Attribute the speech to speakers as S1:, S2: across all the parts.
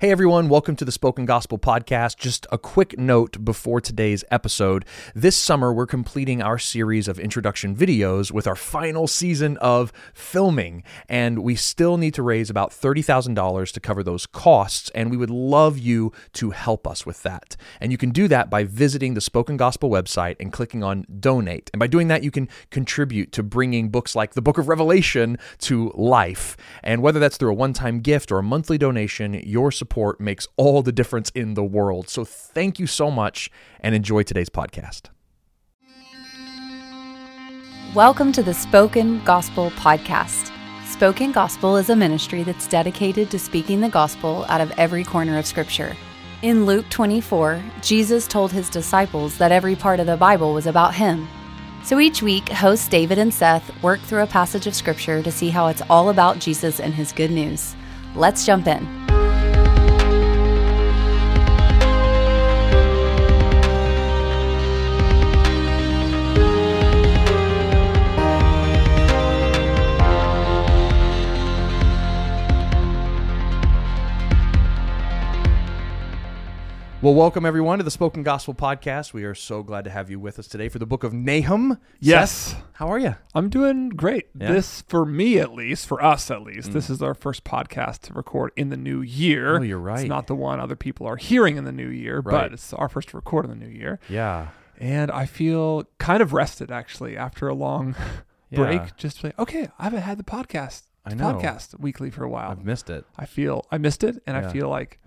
S1: Hey everyone, welcome to the Spoken Gospel Podcast. Just a quick note before today's episode. This summer, we're completing our series of introduction videos with our final season of filming, and we still need to raise about $30,000 to cover those costs, and we would love you to help us with that. And you can do that by visiting the Spoken Gospel website and clicking on donate. And by doing that, you can contribute to bringing books like the Book of Revelation to life. And whether that's through a one time gift or a monthly donation, your support makes all the difference in the world. So thank you so much and enjoy today's podcast.
S2: Welcome to the Spoken Gospel Podcast. Spoken Gospel is a ministry that's dedicated to speaking the gospel out of every corner of Scripture. In Luke 24, Jesus told his disciples that every part of the Bible was about him. So each week, hosts David and Seth work through a passage of Scripture to see how it's all about Jesus and his good news. Let's jump in.
S1: Well, welcome everyone to the Spoken Gospel Podcast. We are so glad to have you with us today for the book of Nahum.
S3: Yes.
S1: Seth, how are you?
S3: I'm doing great. This, for me at least, for us at least, this is our first podcast to record in the new year.
S1: Mm. Oh, you're
S3: It's
S1: right.
S3: not the one other people are hearing in the new year,
S1: Right.
S3: but it's our first to record in the new year.
S1: Yeah.
S3: And I feel kind of rested actually after a long
S1: Yeah.
S3: break. Just like, okay, I haven't had the podcast,
S1: I know.
S3: podcast weekly for a while.
S1: I've missed it.
S3: I feel I missed it, and
S1: Yeah.
S3: I feel like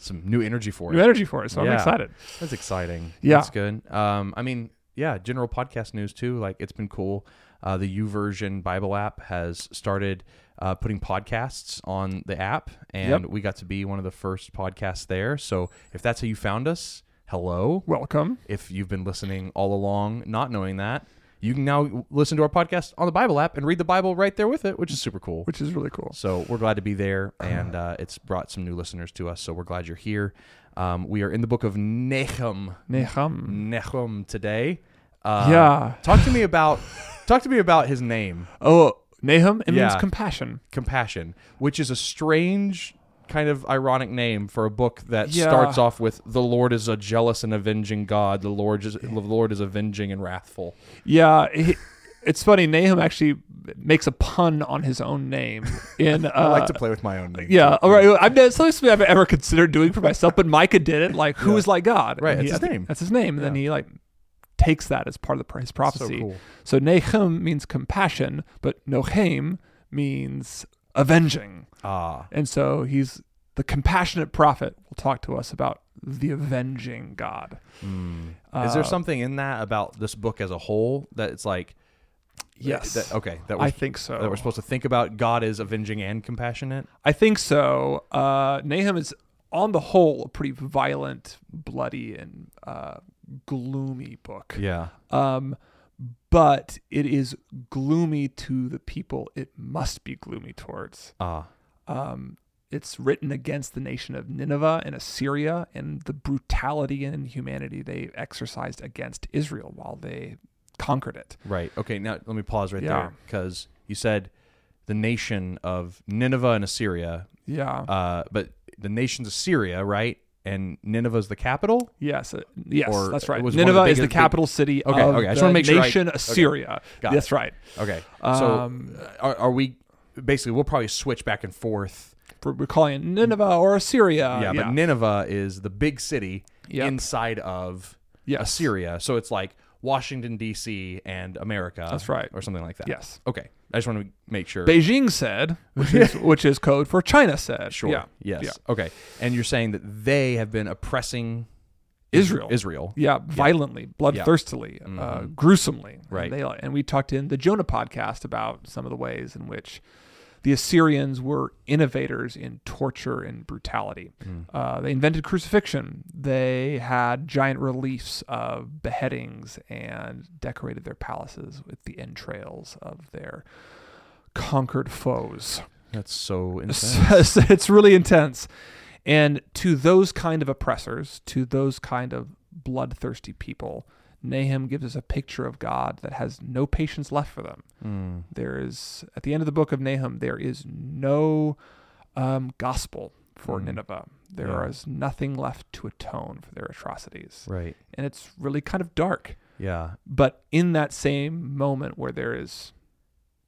S1: Some new energy for
S3: new
S1: it.
S3: energy for it. So
S1: Yeah.
S3: I'm excited.
S1: That's exciting.
S3: Yeah.
S1: That's good. Um, I mean, yeah, general podcast news too. Like it's been cool. Uh, the YouVersion Bible app has started uh, putting podcasts on the app, and
S3: Yep.
S1: we got to be one of the first podcasts there. So if that's how you found us, hello.
S3: Welcome.
S1: If you've been listening all along, not knowing that, you can now listen to our podcast on the Bible app and read the Bible right there with it, which is super cool.
S3: Which is really cool.
S1: So we're glad to be there,
S3: Uh-huh.
S1: and uh, it's brought some new listeners to us. So we're glad you're here. Um, we are in the book of Nahum,
S3: Nehum.
S1: Nahum today. Uh,
S3: Yeah.
S1: Talk to me about talk to me about his name,
S3: Oh, Nahum, it means
S1: Yeah.
S3: compassion.
S1: Compassion, which is a strange kind of ironic name for a book that
S3: Yeah.
S1: starts off with the Lord is a jealous and avenging God. The Lord is the Lord is avenging and wrathful.
S3: Yeah, he, it's funny. Nahum actually makes a pun on his own name. In uh,
S1: I like to play with my own name.
S3: yeah, all right. I've never, it's something I've ever considered doing for myself, but Micah did it. Like, who is like God?
S1: Right,
S3: And he-
S1: that's his
S3: I think
S1: name.
S3: That's his name, and then
S1: Yeah.
S3: he like takes that as part of the, pro- his prophecy.
S1: cool.
S3: So Nahum means compassion, but Nohem means avenging,
S1: Ah,
S3: and so he's the compassionate prophet. Will talk to us about the avenging God.
S1: Hmm.
S3: Uh,
S1: is there something in that about this book as a whole that it's like?
S3: Yes.
S1: That, okay. That
S3: I
S1: was
S3: think so.
S1: that we're supposed to think about God is avenging and compassionate.
S3: I think so. Uh, Nahum is, on the whole, a pretty violent, bloody, and uh, gloomy book.
S1: Yeah.
S3: Um, but it is gloomy to the people it must be gloomy towards.
S1: Ah.
S3: Um, it's written against the nation of Nineveh and Assyria and the brutality and inhumanity they exercised against Israel while they conquered it.
S1: right. Okay. Now let me pause right
S3: Yeah.
S1: there because you said the nation of Nineveh and Assyria,
S3: Yeah.
S1: uh, but the nation's Assyria, right? And Nineveh's the capital.
S3: Yes, uh, yes,
S1: Or
S3: that's
S1: it
S3: right.
S1: was one of the
S3: Nineveh is the
S1: biggest-
S3: capital city
S1: Okay,
S3: of
S1: okay, I just
S3: the
S1: wanna make sure I-
S3: nation
S1: okay,
S3: Assyria.
S1: got
S3: that's right.
S1: Okay.
S3: Um,
S1: so are, are we basically? We'll probably switch back and forth.
S3: We're, we're calling it Nineveh or Assyria.
S1: yeah, But Nineveh is the big city
S3: Uh, Yep.
S1: inside of
S3: Yes.
S1: Assyria, so it's like Washington D.C. and America.
S3: That's right.
S1: or something like that.
S3: Yes.
S1: Okay. I just want to make sure.
S3: Beijing said, which is, which is code for China said.
S1: Sure.
S3: Yeah.
S1: Yes.
S3: Yeah.
S1: Okay. And you're saying that they have been oppressing
S3: Israel.
S1: Israel.
S3: Yeah, violently, bloodthirstily, uh, gruesomely. And
S1: Right.
S3: they- and we talked in the Jonah podcast about some of the ways in which the Assyrians were innovators in torture and brutality. Uh, they invented crucifixion. They had giant reliefs of beheadings and decorated their palaces with the entrails of their conquered foes.
S1: That's so insane.
S3: it's, it's really intense. And to those kind of oppressors, to those kind of bloodthirsty people, Nahum gives us a picture of God that has no patience left for them.
S1: Hmm.
S3: There is, at the end of the book of Nahum, there is no um, gospel for
S1: Mm.
S3: Nineveh. There
S1: Yeah.
S3: is nothing left to atone for their atrocities.
S1: Right.
S3: And it's really kind of dark.
S1: Yeah.
S3: But in that same moment where there is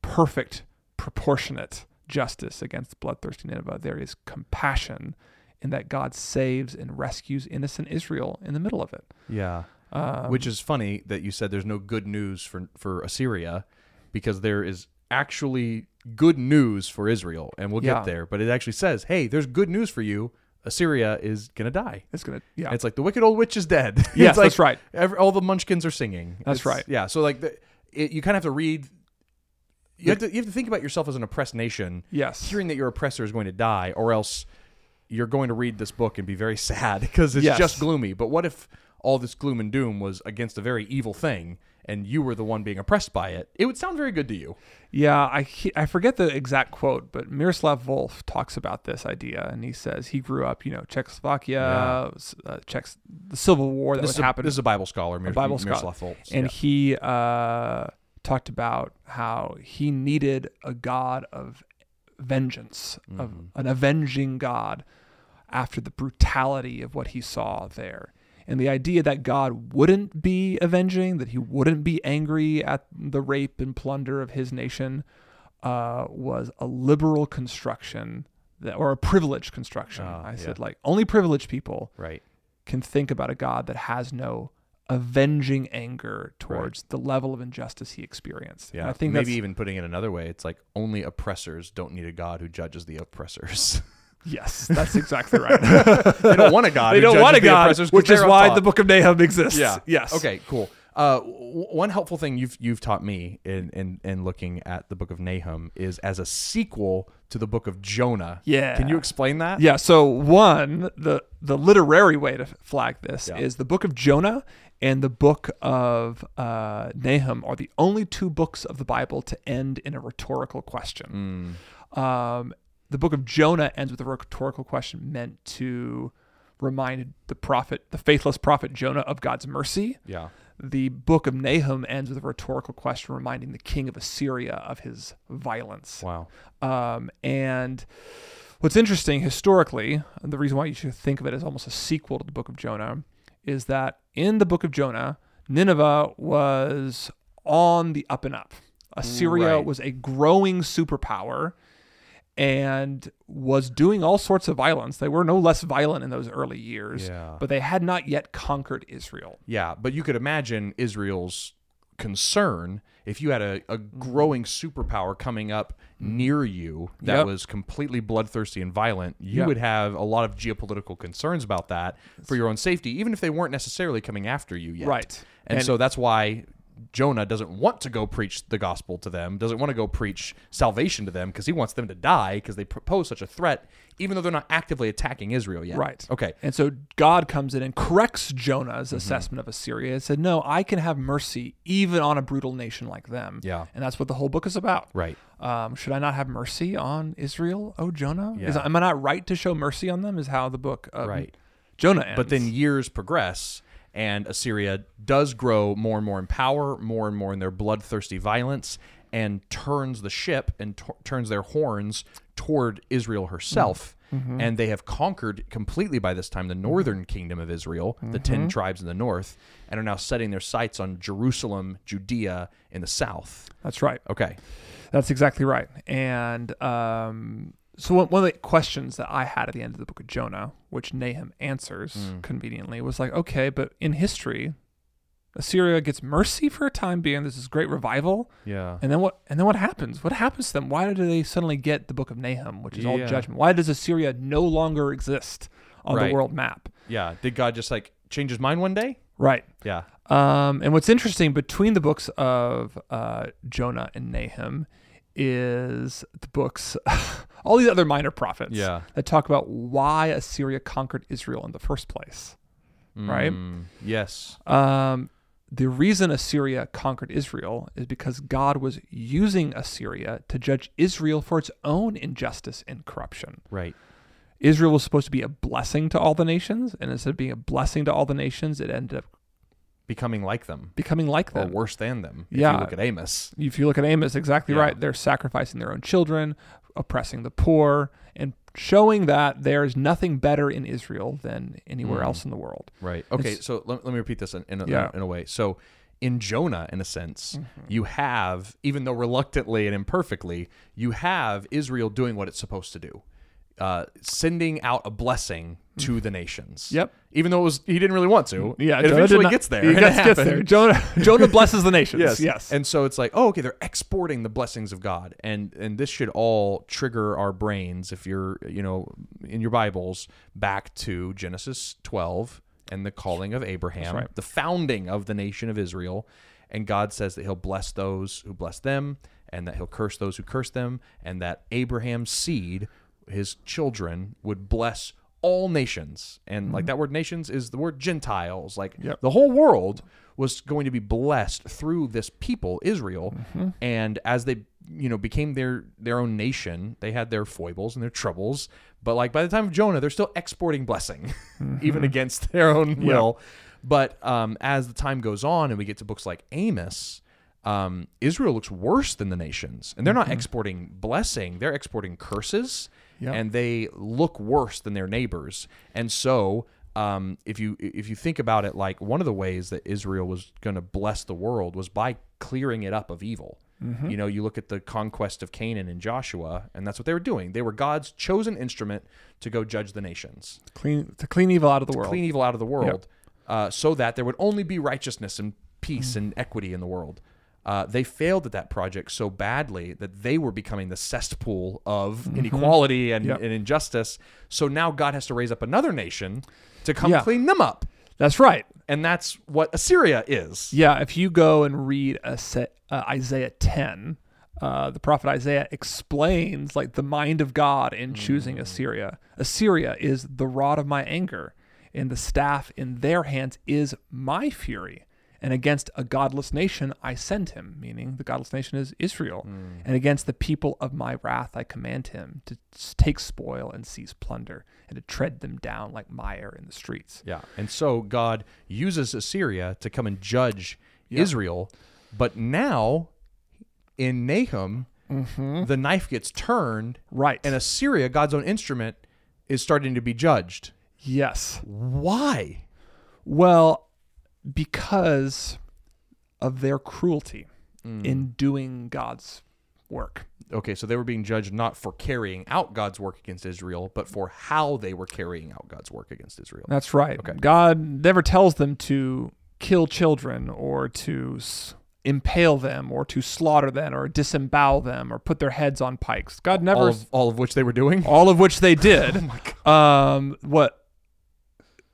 S3: perfect, proportionate justice against bloodthirsty Nineveh, there is compassion in that God saves and rescues innocent Israel in the middle of it.
S1: Yeah.
S3: Um,
S1: Which is funny that you said there's no good news for for Assyria because there is actually good news for Israel and we'll
S3: Yeah.
S1: get there, but it actually says, "Hey, there's good news for you. Assyria is going to die."
S3: is going to, yeah.
S1: And It's like the wicked old witch is dead.
S3: Yes,
S1: it's like
S3: that's right.
S1: every- all the munchkins are singing.
S3: That's
S1: It's-
S3: right.
S1: Yeah, so like the, it, you kind of have to read you have to, you have to think about yourself as an oppressed nation,
S3: Yes.
S1: hearing that your oppressor is going to die, or else you're going to read this book and be very sad because it's
S3: Yes.
S1: just gloomy. But what if all this gloom and doom was against a very evil thing, and you were the one being oppressed by it? It would sound very good to you.
S3: Yeah, I he- I forget the exact quote, but Miroslav Volf talks about this idea, and he says he grew up, you know, Czechoslovakia, s uh, Czechs, the Civil War that
S1: This
S3: was
S1: is, a,
S3: happening,
S1: this is a Bible scholar, Mir-
S3: Bible scholar.
S1: Miroslav Volz.
S3: and
S1: Yeah.
S3: he uh, talked about how he needed a god of vengeance, of
S1: Mm-hmm.
S3: an avenging god, after the brutality of what he saw there. And the idea that God wouldn't be avenging, that he wouldn't be angry at the rape and plunder of his nation, uh, was a liberal construction that, or a privileged construction.
S1: Ah,
S3: I
S1: yeah.
S3: said, like, only privileged people
S1: right.
S3: can think about a God that has no avenging anger towards the level of injustice he experienced. And
S1: Yeah.
S3: I think
S1: maybe
S3: that's,
S1: even putting it another way, it's like only oppressors don't need a God who judges the oppressors.
S3: yes, that's exactly right.
S1: they don't want a God.
S3: they
S1: who
S3: don't
S1: judges
S3: want a
S1: the
S3: God,
S1: oppressors 'cause
S3: which is
S1: they're up
S3: why
S1: top.
S3: the Book of Nahum exists.
S1: Yeah.
S3: Yes.
S1: Okay. Cool. Uh, w- one helpful thing you've you've taught me in, in in looking at the Book of Nahum is as a sequel to the Book of Jonah.
S3: Yeah.
S1: Can you explain that?
S3: Yeah. So one, the the literary way to flag this
S1: Yeah.
S3: is the Book of Jonah and the Book of uh, Nahum are the only two books of the Bible to end in a rhetorical question. Um, the Book of Jonah ends with a rhetorical question meant to remind the prophet, the faithless prophet Jonah, of God's mercy.
S1: Yeah.
S3: The Book of Nahum ends with a rhetorical question reminding the king of Assyria of his violence.
S1: Wow.
S3: Um, and what's interesting historically, the reason why you should think of it as almost a sequel to the book of Jonah, is that in the book of Jonah, Nineveh was on the up and up. Assyria
S1: Right.
S3: was a growing superpower and was doing all sorts of violence. They were no less violent in those early years,
S1: Yeah.
S3: but they had not yet conquered Israel.
S1: Yeah. But you could imagine Israel's concern if you had a, a growing superpower coming up near you that
S3: Yep.
S1: was completely bloodthirsty and violent you
S3: Yep.
S1: would have a lot of geopolitical concerns about that for your own safety even if they weren't necessarily coming after you yet
S3: Right.
S1: And, so that's why Jonah doesn't want to go preach the gospel to them, doesn't want to go preach salvation to them because he wants them to die because they propose such a threat, even though they're not actively attacking Israel yet.
S3: Right.
S1: Okay. Mm-hmm.
S3: And so God comes in and corrects Jonah's assessment of Assyria and said, No, I can have mercy even on a brutal nation like them.
S1: Yeah.
S3: And that's what the whole book is about.
S1: Right.
S3: Um, should I not have mercy on Israel, oh Jonah? Is,
S1: Yeah.
S3: am I not right to show mercy on them? Is how the book of
S1: Right.
S3: Jonah ends.
S1: But then years progress, and Assyria does grow more and more in power, more and more in their bloodthirsty violence, and turns the ship and t- turns their horns toward Israel herself. And they have conquered completely by this time the northern kingdom of Israel, the 10 tribes in the north, and are now setting their sights on Jerusalem, Judea in the south.
S3: That's right.
S1: Okay.
S3: That's exactly right. And um, so one, one of the questions that I had at the end of the book of Jonah, which Nahum answers
S1: Hmm.
S3: conveniently, was like, okay, but in history, Assyria gets mercy for a time being. There's this great revival,
S1: Yeah.
S3: and then what? And then what happens? What happens to them? Why do they suddenly get the book of Nahum, which is all
S1: Yeah.
S3: judgment? Why does Assyria no longer exist on
S1: Right.
S3: the world map?
S1: Yeah. Did God just like change his mind one day?
S3: Right.
S1: Yeah.
S3: Um, and what's interesting between the books of uh, Jonah and Nahum is the books, all these other minor prophets
S1: Yeah.
S3: that talk about why Assyria conquered Israel in the first place, right?
S1: Mm, yes.
S3: Um, the reason Assyria conquered Israel is because God was using Assyria to judge Israel for its own injustice and corruption.
S1: Right.
S3: Israel was supposed to be a blessing to all the nations, and instead of being a blessing to all the nations, it ended up
S1: Becoming like them.
S3: becoming like
S1: or
S3: them.
S1: worse than them. If
S3: Yeah.
S1: you look at Amos.
S3: if you look at Amos, exactly
S1: Yeah.
S3: right. They're sacrificing their own children, oppressing the poor, and showing that there's nothing better in Israel than anywhere else in the world.
S1: Mm. Right. Okay. so let, let me repeat this in, in, a,
S3: Yeah. Mm-hmm.
S1: in a way. So in Jonah, in a sense, you have, even though reluctantly and imperfectly, you have Israel doing what it's supposed to do, uh, sending out a blessing to the nations.
S3: Mm. Yep. Mm.
S1: Even though it was he didn't really want to. it
S3: Jonah did
S1: eventually
S3: not-
S1: gets there.
S3: He
S1: and it
S3: gets, gets there.
S1: happened.
S3: Jonah, Jonah blesses the nations.
S1: Yes.
S3: yes.
S1: And so it's like, oh, okay, they're exporting the blessings of God, and and this should all trigger our brains if you're, you know, in your Bibles back to Genesis 12 and the calling of Abraham,
S3: right.
S1: the founding of the nation of Israel, and God says that He'll bless those who bless them, and that He'll curse those who curse them, and that Abraham's seed, his children, would bless. All nations, and like that word nations is the word Gentiles, like
S3: Yep.
S1: the whole world was going to be blessed through this people, Israel. And as they, you know, became their their own nation, they had their foibles and their troubles. But like by the time of Jonah, they're still exporting blessing, even against their own will. But um, as the time goes on, and we get to books like Amos, um, Israel looks worse than the nations, and they're not exporting blessing; they're exporting curses,
S3: Yep.
S1: and they look worse than their neighbors. And so, um, if you if you think about it, like one of the ways that Israel was going to bless the world was by clearing it up of evil. You know, you look at the conquest of Canaan and Joshua, and that's what they were doing. They were God's chosen instrument to go judge the nations,
S3: clean, to clean evil out of the world.
S1: clean evil out of the world, uh, so that there would only be righteousness and
S3: Mm.
S1: peace and equity in the world. Uh, they failed at that project so badly that they were becoming the cesspool of
S3: Mm-hmm.
S1: inequality and,
S3: Yep.
S1: and injustice. So now God has to raise up another nation to come
S3: Yeah.
S1: clean them up.
S3: That's right.
S1: And that's what Assyria is.
S3: Yeah, if you go and read a set, uh, Isaiah 10, uh, the prophet Isaiah explains like the mind of God in choosing Assyria. Assyria is the rod of my anger, and the staff in their hands is my fury. And against a godless nation I send him, meaning the godless nation is Israel. And against the people of my wrath I command him to s- take spoil and seize plunder, and to tread them down like mire in the streets.
S1: Yeah. And so God uses Assyria to come and judge Israel. But now in Nahum,
S3: Mm-hmm.
S1: the knife gets turned,
S3: Right.
S1: and Assyria, God's own instrument, is starting to be judged.
S3: yes.
S1: Why?
S3: Well, because of their cruelty
S1: Mm.
S3: in doing God's work.
S1: Okay, so they were being judged not for carrying out God's work against Israel, but for how they were carrying out God's work against Israel.
S3: That's right. God never tells them to kill children or to s- impale them or to slaughter them or disembowel them or put their heads on pikes. God never
S1: All of, Oh all of which they were doing.
S3: all of which they did. Um, what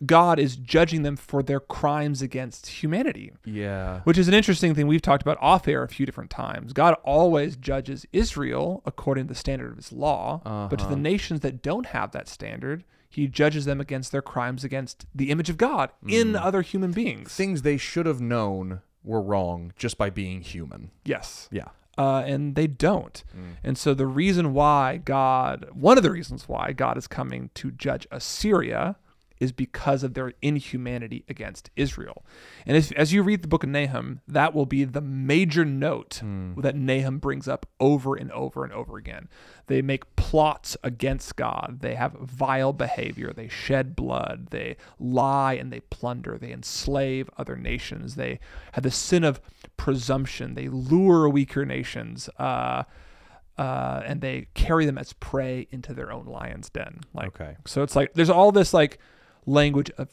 S3: God is judging them for their crimes against humanity.
S1: Yeah.
S3: which is an interesting thing we've talked about off air a few different times. God always judges Israel according to the standard of his law, but to the nations that don't have that standard, he judges them against their crimes against the image of God in other human beings.
S1: Things they should have known were wrong just by being human.
S3: yes.
S1: Yeah.
S3: Uh, and they don't. And so the reason why God, one of the reasons why God is coming to judge Assyria is because of their inhumanity against Israel. And as, as you read the book of Nahum, that will be the major note that Nahum brings up over and over and over again. They make plots against God. They have vile behavior. They shed blood. They lie and they plunder. They enslave other nations. They have the sin of presumption. They lure weaker nations. Uh, uh, and they carry them as prey into their own lion's den. Like,
S1: Okay.
S3: so it's like there's all this like language of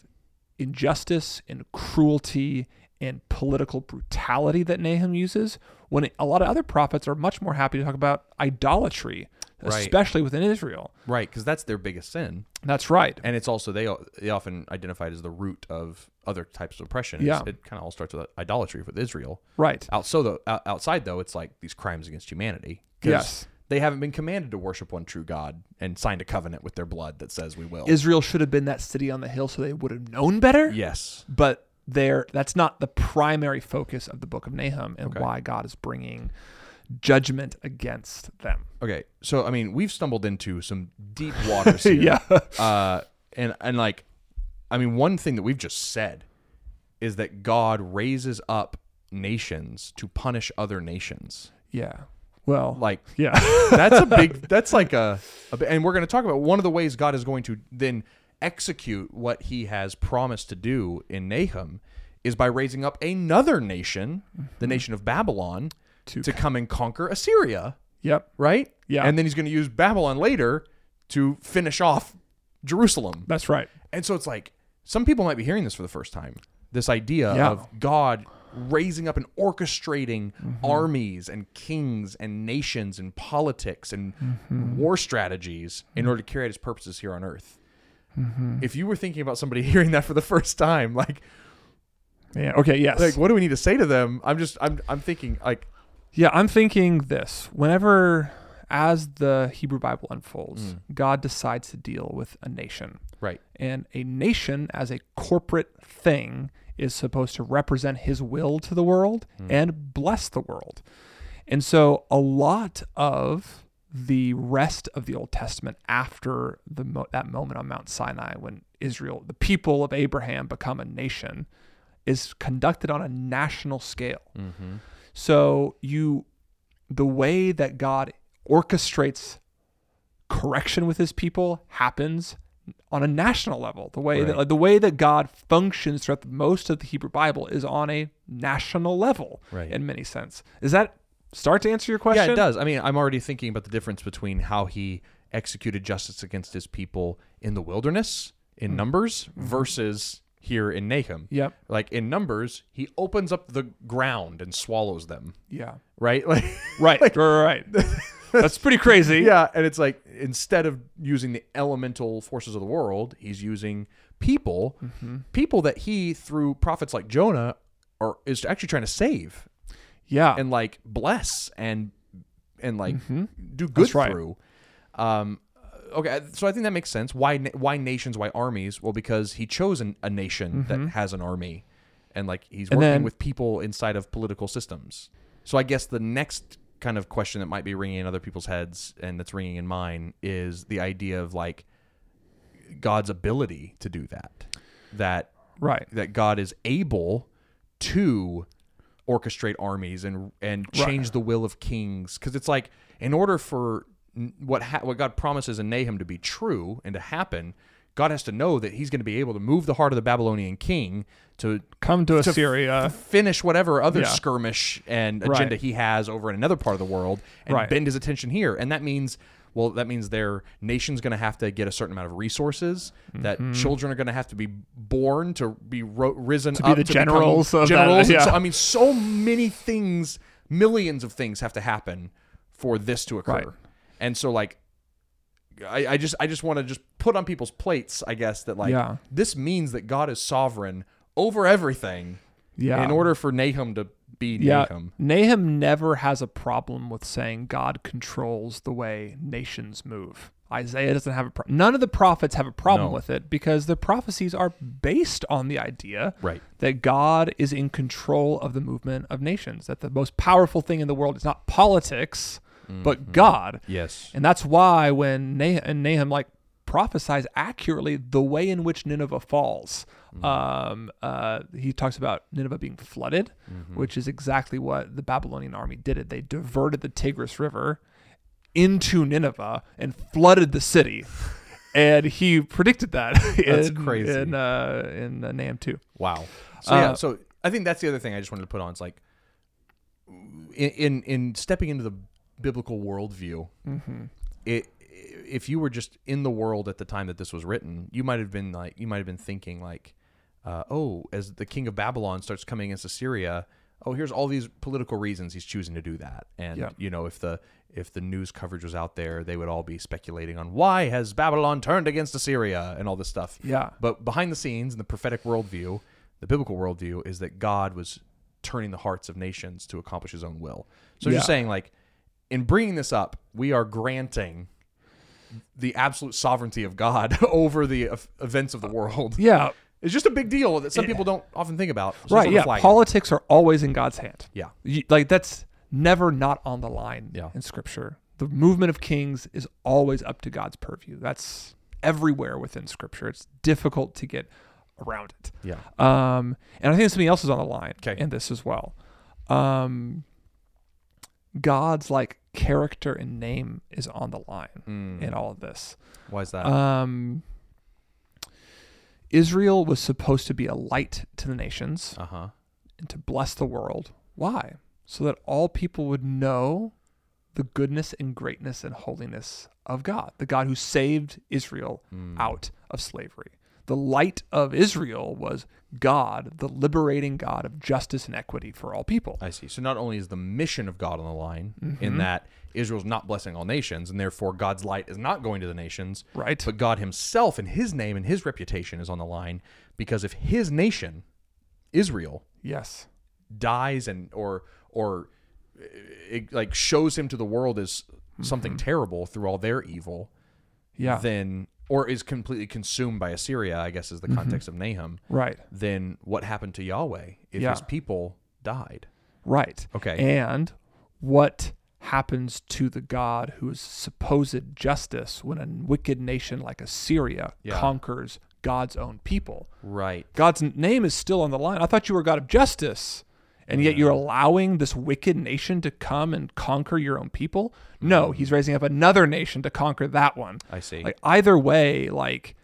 S3: injustice and cruelty and political brutality that Nahum uses when a lot of other prophets are much more happy to talk about idolatry,
S1: Right.
S3: especially within Israel.
S1: Right, because that's their biggest sin.
S3: That's right.
S1: and it's also they they often identified as the root of other types of oppression. It's-
S3: Yeah.
S1: it kind of all starts with idolatry with Israel.
S3: Right.
S1: Out so though out- outside though, it's like these crimes against humanity. 'Cause
S3: Yes.
S1: they haven't been commanded to worship one true God and signed a covenant with their blood that says we will.
S3: Israel should have been that city on the hill so they would have known better.
S1: yes,
S3: but there that's not the primary focus of the book of Nahum and why God is bringing judgment against them.
S1: Okay, so I mean, we've stumbled into some deep waters here.
S3: Yeah.
S1: Uh, and and like, I mean, one thing that we've just said is that God raises up nations to punish other nations.
S3: Yeah. Well,
S1: Like
S3: yeah,
S1: that's a big that's like a, a bi- and we're going to talk about one of the ways god is going to then execute what he has promised to do in nahum is by raising up another nation the nation of babylon
S3: To-
S1: to, come and conquer assyria
S3: yep,
S1: right
S3: Yeah.
S1: and then he's going to use babylon later to finish off jerusalem
S3: that's right.
S1: and so it's like some people might be hearing this for the first time this idea
S3: Yeah.
S1: of God raising up and orchestrating armies and kings and nations and politics and war strategies in order to carry out his purposes here on earth. If you were thinking about somebody hearing that for the first time, like
S3: Yeah. Okay. Yes.
S1: like what do we need to say to them? I'm just I'm I'm thinking like
S3: Yeah, I'm thinking this. Whenever, as the Hebrew Bible unfolds, God decides to deal with a nation.
S1: right.
S3: And a nation, as a corporate thing, is supposed to represent his will to the world and bless the world. And so, a lot of the rest of the Old Testament after the mo- that moment on Mount Sinai when Israel, the people of Abraham, become a nation, is conducted on a national scale. So you the way that God orchestrates correction with his people happens on a national level. The way that
S1: Right.
S3: like, the way that God functions throughout the, most of the Hebrew Bible is on a national level
S1: Right.
S3: in many sense. Is that start to answer your question?
S1: Yeah, it does. I mean, I'm already thinking about the difference between how he executed justice against his people in the wilderness in Numbers versus here in Nahum.
S3: Hmm. Yep.
S1: Like in Numbers, he opens up the ground and swallows them,
S3: Yeah.
S1: right? Like
S3: Right. right. right. That's pretty crazy.
S1: yeah, and it's like instead of using the elemental forces of the world, he's using people,
S3: Mm-hmm.
S1: people that he through prophets like Jonah are is actually trying to save
S3: Yeah. Mm-hmm.
S1: and like bless and and like do
S3: That's
S1: good
S3: right.
S1: through. Um, okay, so I think that makes sense. Why na- why nations? Why armies? Well, because he chose an, a nation that has an army, and like he's
S3: Mm-hmm. And
S1: working
S3: then-
S1: with people inside of political systems. So I guess the next kind of question that might be ringing in other people's heads and that's ringing in mine is the idea of like God's ability to do that. That
S3: right.
S1: that God is able to orchestrate armies and and change the will of kings because it's like in order for n- what ha- what God promises in Nahum to be true and to happen God has to know that he's going to be able to move the heart of the Babylonian king to
S3: Come to
S1: to f-
S3: Assyria.
S1: finish whatever other
S3: Yeah.
S1: skirmish and
S3: Right.
S1: agenda he has over in another part of the world and
S3: Right.
S1: bend his attention here. And that means, well, that means their nation's going to have to get a certain amount of resources.
S3: Mm-hmm.
S1: That children are going to have to be born to be ro- risen
S3: be
S1: up
S3: the
S1: to become
S3: generals of that-
S1: generals. And
S3: yeah.
S1: so, I mean, so many things, millions of things have to happen for this to occur.
S3: Right.
S1: And so, like, I, I just I just want to just put on people's plates, I guess, that like
S3: Yeah.
S1: this means that God is sovereign over everything
S3: yeah.
S1: in order for Nahum to be
S3: Yeah.
S1: Nahum.
S3: Nahum never has a problem with saying God controls the way nations move. Isaiah doesn't have a pro- none of the prophets have a problem
S1: No.
S3: with it because the prophecies are based on the idea
S1: Right.
S3: that God is in control of the movement of nations. That the most powerful thing in the world is not politics, but
S1: Mm-hmm.
S3: God.
S1: Yes.
S3: And that's why when Nah and Nahum like prophesies accurately the way in which Nineveh falls.
S1: Mm.
S3: Um, uh, he talks about Nineveh being flooded,
S1: Mm-hmm.
S3: which is exactly what the Babylonian army did. It they diverted the Tigris River into Nineveh and flooded the city. And he predicted that.
S1: That's
S3: in,
S1: crazy.
S3: In uh, in uh, Nahum too.
S1: Wow. So
S3: Uh,
S1: yeah, so I think that's the other thing I just wanted to put on. It's like in in, in stepping into the biblical worldview,
S3: Mm-hmm.
S1: it if you were just in the world at the time that this was written, you might have been like you might have been thinking like, uh, oh, as the king of Babylon starts coming against Assyria, oh, here's all these political reasons he's choosing to do that, and
S3: Yeah.
S1: you know if the if the news coverage was out there, they would all be speculating on why has Babylon turned against Assyria and all this stuff.
S3: Yeah.
S1: But behind the scenes, in the prophetic worldview, the biblical worldview is that God was turning the hearts of nations to accomplish His own will. So I'm
S3: Yeah.
S1: just saying, like, in bringing this up, we are granting the absolute sovereignty of God over the ev- events of the world.
S3: Yeah.
S1: It's just a big deal that some people don't often think about. So I just
S3: right.
S1: wanna
S3: Yeah.
S1: flag it.
S3: Politics are always in God's hand.
S1: Yeah.
S3: You- like that's never not on the line
S1: Yeah.
S3: in scripture the movement of kings is always up to god's purview that's everywhere within scripture it's difficult to get around it
S1: Yeah.
S3: um and i think something else is on the line
S1: Okay.
S3: in this as well um god's like character and name is on the line in all of this.
S1: Why is that?
S3: Um, Israel was supposed to be a light to the nations
S1: Uh huh.
S3: and to bless the world. Why? So that all people would know the goodness and greatness and holiness of God, the God who saved Israel
S1: Hmm.
S3: out of slavery. The light of Israel was God, the liberating God of justice and equity for all people.
S1: I see. So not only is the mission of God on the line
S3: Mm-hmm.
S1: in that Israel's not blessing all nations, and therefore God's light is not going to the nations,
S3: Right.
S1: But God Himself and His name and His reputation is on the line because if His nation, Israel,
S3: Yes.
S1: dies and or or uh, it, like shows Him to the world as something terrible through all their evil,
S3: Mm-hmm. Yeah.
S1: then or is completely consumed by Assyria, I guess is
S3: Mm-hmm.
S1: the context of Nahum.
S3: right.
S1: Then what happened to Yahweh if
S3: Yeah.
S1: His people died?
S3: Right.
S1: Okay.
S3: And what happens to the God who is supposed justice when a wicked nation like Assyria
S1: Yeah.
S3: conquers God's own people?
S1: Right.
S3: God's n- name is still on the line. I thought you were a God of justice. And yet you're allowing this wicked nation to come and conquer your own people? No, he's raising up another nation to conquer that one.
S1: Mm-hmm. I see.
S3: Like either way, like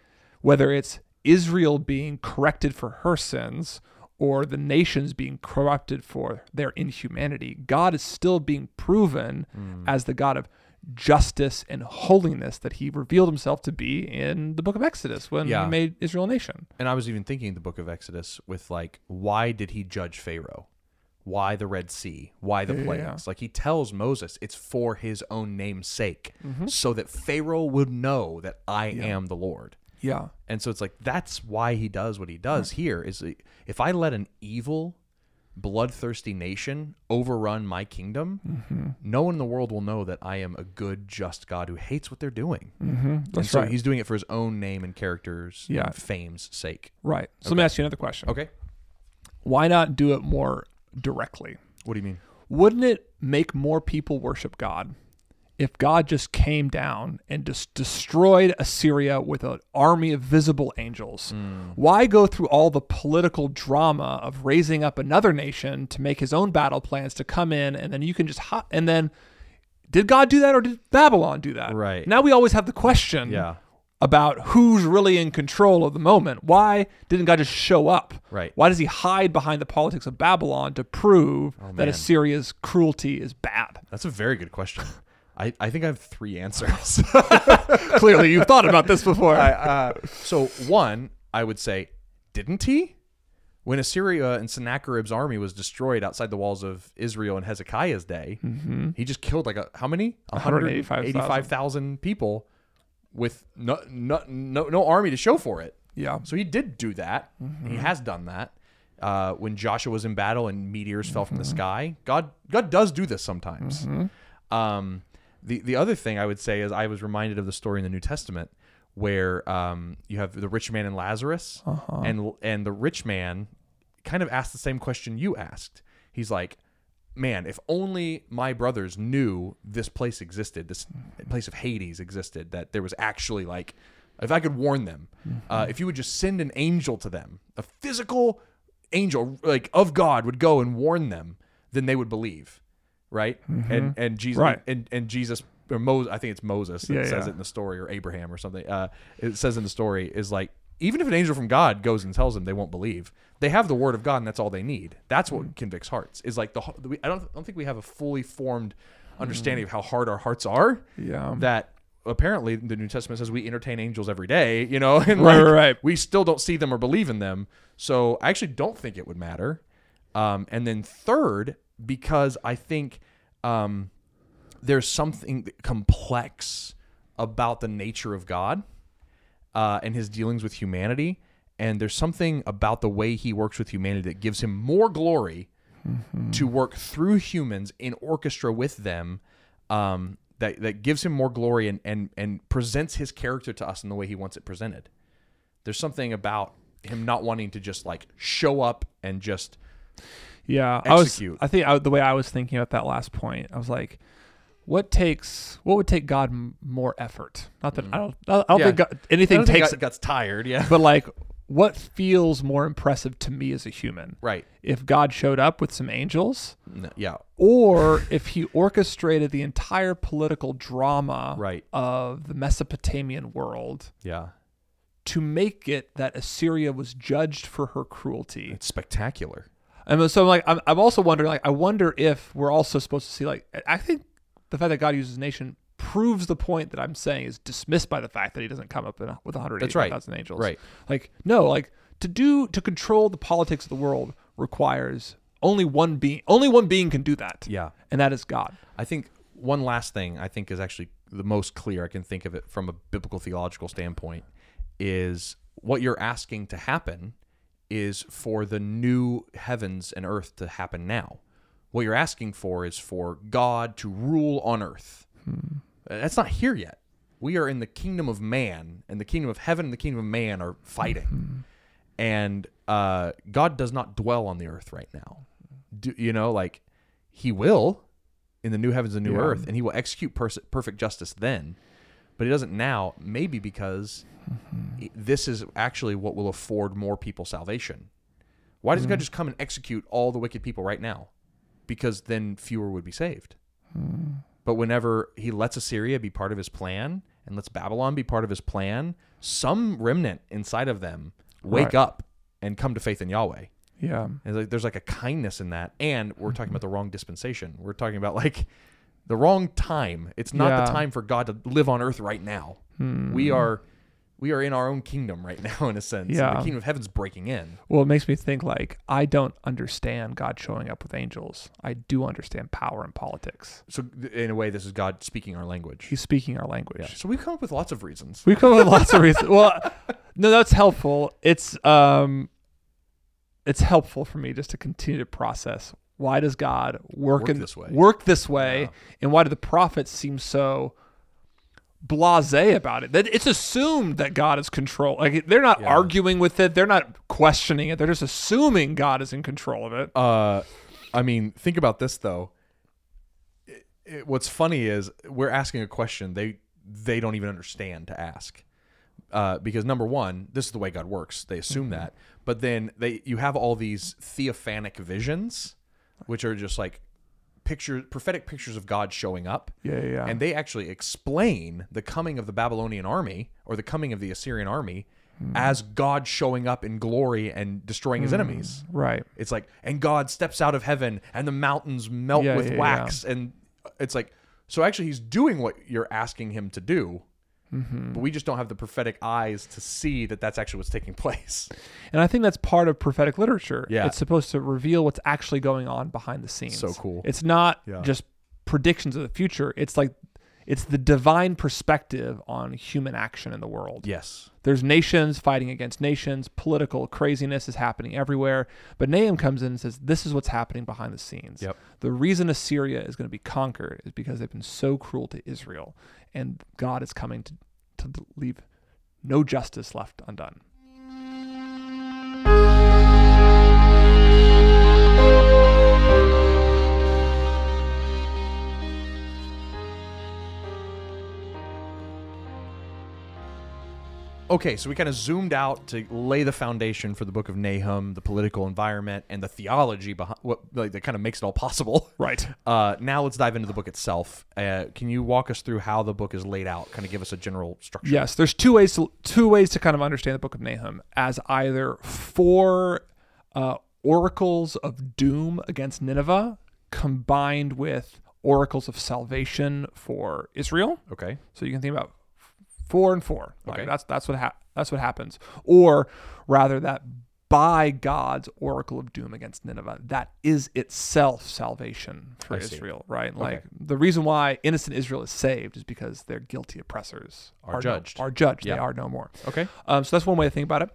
S3: whether it's Israel being corrected for her sins or the nations being corrupted for their inhumanity, God is still being proven
S1: Mm.
S3: as the God of justice and holiness that he revealed himself to be in the book of Exodus when
S1: Yeah.
S3: he made Israel a nation.
S1: And I was even thinking the book of Exodus with like, why did he judge Pharaoh? Why the Red Sea? Why the
S3: Yeah, yeah,
S1: plagues?
S3: yeah.
S1: Like he tells Moses, it's for his own name's sake,
S3: Mm-hmm.
S1: so that Pharaoh would know that I am the Lord.
S3: Yeah.
S1: And so it's like that's why he does what he does here is it- if I let an evil, bloodthirsty nation overrun my kingdom,
S3: Mm-hmm.
S1: no one in the world will know that I am a good, just God who hates what they're doing. Mm-hmm. and
S3: That's
S1: so
S3: right.
S1: he's doing it for his own name and character's
S3: Yeah.
S1: and fame's sake.
S3: Right. So let me ask you another question.
S1: Okay.
S3: Why not do it more directly?
S1: What do you mean?
S3: Wouldn't it make more people worship God if God just came down and just destroyed Assyria with an army of visible angels?
S1: Hmm.
S3: Why go through all the political drama of raising up another nation to make his own battle plans to come in and then you can just hot and then did God do that or did Babylon do that?
S1: Right.
S3: Now we always have the question
S1: Yeah.
S3: about who's really in control of the moment. Why didn't God just show up?
S1: Right.
S3: Why does he hide behind the politics of Babylon to prove
S1: Oh,
S3: that Assyria's cruelty is bad?
S1: That's a very good question. I, I think I have three answers.
S3: Clearly, you've thought about this before.
S1: uh, so, one, I would say, didn't he? When Assyria and Sennacherib's army was destroyed outside the walls of Israel in Hezekiah's day, he just killed like a, how many?
S3: 185,000.
S1: 185,000 people with no, no, no, no army to show for it.
S3: yeah.
S1: So he did do that. He has done that. Uh, when Joshua was in battle and meteors fell from the sky, God God does do this sometimes. Um, the the other thing I would say is I was reminded of the story in the New Testament where um, you have the rich man and Lazarus, and and the rich man kind of asked the same question you asked. He's like, man, if only my brothers knew this place existed, this place of Hades existed, that there was actually like, if I could warn them, uh, if you would just send an angel to them, a physical angel like of God would go and warn them, then they would believe, right? And and Jesus
S3: Right.
S1: and and Jesus or Moses, I think it's Moses that
S3: Yeah,
S1: says
S3: yeah.
S1: it in the story, or Abraham or something. Uh, it says in the story is like. Even if an angel from God goes and tells them they won't believe, they have the word of God and that's all they need. That's
S3: Mm.
S1: what convicts hearts. Is like the ho- we- I don't I don't think we have a fully formed understanding of how hard our hearts are.
S3: Mm. Yeah.
S1: That apparently the New Testament says we entertain angels every day, you know, and
S3: Right,
S1: like,
S3: right, right.
S1: we still don't see them or believe in them. So I actually don't think it would matter. Um, and then third, because I think um, there's something complex about the nature of God uh, and his dealings with humanity. And there's something about the way he works with humanity that gives him more glory
S3: Mm-hmm.
S1: to work through humans in orchestra with them um, that, that gives him more glory and, and, and presents his character to us in the way he wants it presented. There's something about him not wanting to just like show up and just
S3: Yeah.
S1: Execute.
S3: I was. I think I, the way I was thinking about that last point, I was like, what takes? What would take God m- more effort? Not that I don't. I don't
S1: Mm-hmm. Yeah.
S3: think God, anything
S1: I don't think
S3: takes
S1: God- God's tired. Yeah.
S3: but like what feels more impressive to me as a human?
S1: Right.
S3: If God showed up with some angels,
S1: No, yeah.
S3: or if he orchestrated the entire political drama
S1: Right.
S3: of the Mesopotamian world
S1: Yeah.
S3: to make it that Assyria was judged for her cruelty.
S1: It's spectacular.
S3: And so, like, I'm, I'm also wondering, like, I wonder if we're also supposed to see, like, I think the fact that God uses nation proves the point that I'm saying is dismissed by the fact that he doesn't come up in a, with
S1: That's right.
S3: 185,000 angels.
S1: Right.
S3: Like, no, like, to do, to control the politics of the world requires only one being, only one being can do that.
S1: Yeah.
S3: And that is God.
S1: I think one last thing I think is actually the most clear I can think of it from a biblical theological standpoint is what you're asking to happen is for the new heavens and earth to happen now. What you're asking for is for God to rule on earth. That's not here yet. We are in the kingdom of man, and the kingdom of heaven and the kingdom of man are fighting. And uh, God does not dwell on the earth right now. Do, you know, like, He will in the new heavens and new
S3: Yeah.
S1: earth, and He will execute pers- perfect justice then. But He doesn't now, maybe because i- this is actually what will afford more people salvation. Why doesn't
S3: Mm-hmm.
S1: God just come and execute all the wicked people right now? Because then fewer would be saved.
S3: Mm.
S1: But whenever he lets Assyria be part of his plan and lets Babylon be part of his plan, some remnant inside of them wake
S3: Right.
S1: up and come to faith in Yahweh.
S3: Yeah.
S1: And it's like, there's like a kindness in that. And we're talking
S3: Mm-hmm.
S1: about the wrong dispensation. We're talking about like the wrong time. It's not the
S3: Yeah. Hmm.
S1: time for God to live on earth right now. We are we are in our own kingdom right now, in a sense.
S3: Yeah.
S1: And the kingdom of heaven's breaking in.
S3: Well, it makes me think, like, I don't understand God showing up with angels. I do understand power and politics.
S1: So th- in a way, this is God speaking our language.
S3: He's speaking our language.
S1: So we've come up with lots of reasons.
S3: We've come up with lots of reasons. Well, no, that's helpful. It's um, it's helpful for me just to continue to process why does God work,
S1: Work
S3: in
S1: this way.
S3: work this way,
S1: Yeah.
S3: and why do the prophets seem so blasé about it? That it's assumed that God is control. Like they're not
S1: Yeah.
S3: arguing with it. They're not questioning it. They're just assuming God is in control of it.
S1: Uh, I mean, think about this though. It- it- what's funny is we're asking a question they they don't even understand to ask. Uh, because number one, this is the way God works. They assume
S3: Mm-hmm.
S1: that, but then they you have all these theophanic visions, which are just like picture prophetic pictures of God showing up.
S3: Yeah, yeah.
S1: And they actually explain the coming of the Babylonian army or the coming of the Assyrian army
S3: Hmm.
S1: as God showing up in glory and destroying his enemies.
S3: right.
S1: It's like, and God steps out of heaven, and the mountains melt
S3: Yeah,
S1: with
S3: yeah,
S1: wax, and it's like, so actually, he's doing what you're asking him to do,
S3: Mm-hmm.
S1: but we just don't have the prophetic eyes to see that that's actually what's taking place.
S3: And I think that's part of prophetic literature.
S1: Yeah.
S3: It's supposed to reveal what's actually going on behind the scenes.
S1: So cool.
S3: It's not
S1: Yeah.
S3: just predictions of the future. It's like it's the divine perspective on human action in the world.
S1: Yes,
S3: There's nations fighting against nations, political craziness is happening everywhere. But Nahum comes in and says, This is what's happening behind the scenes.
S1: Yep.
S3: The reason Assyria is going to be conquered is because they've been so cruel to Israel, and God is coming to, to leave no justice left undone.
S1: Okay, so we kind of zoomed out to lay the foundation for the book of Nahum, the political environment, and the theology behind what like, that kind of makes it all possible.
S3: Right.
S1: Uh, now let's dive into the book itself. Uh, can you walk us through how the book is laid out? Kind of give us a general structure.
S3: Yes, there's two ways to two ways to kind of understand the Book of Nahum as either four uh, oracles of doom against Nineveh combined with oracles of salvation for Israel.
S1: Okay.
S3: So you can think about four and four. Like,
S1: Okay.
S3: that's that's what ha- that's what happens, or rather that by God's oracle of doom against Nineveh, that is itself salvation for
S1: I see.
S3: Israel. Right? Like the reason why innocent Israel is saved is because their guilty oppressors
S1: Are
S3: no-
S1: judged.
S3: are judged.
S1: Yeah.
S3: They are no more.
S1: Okay.
S3: Um, so that's one way to think about it.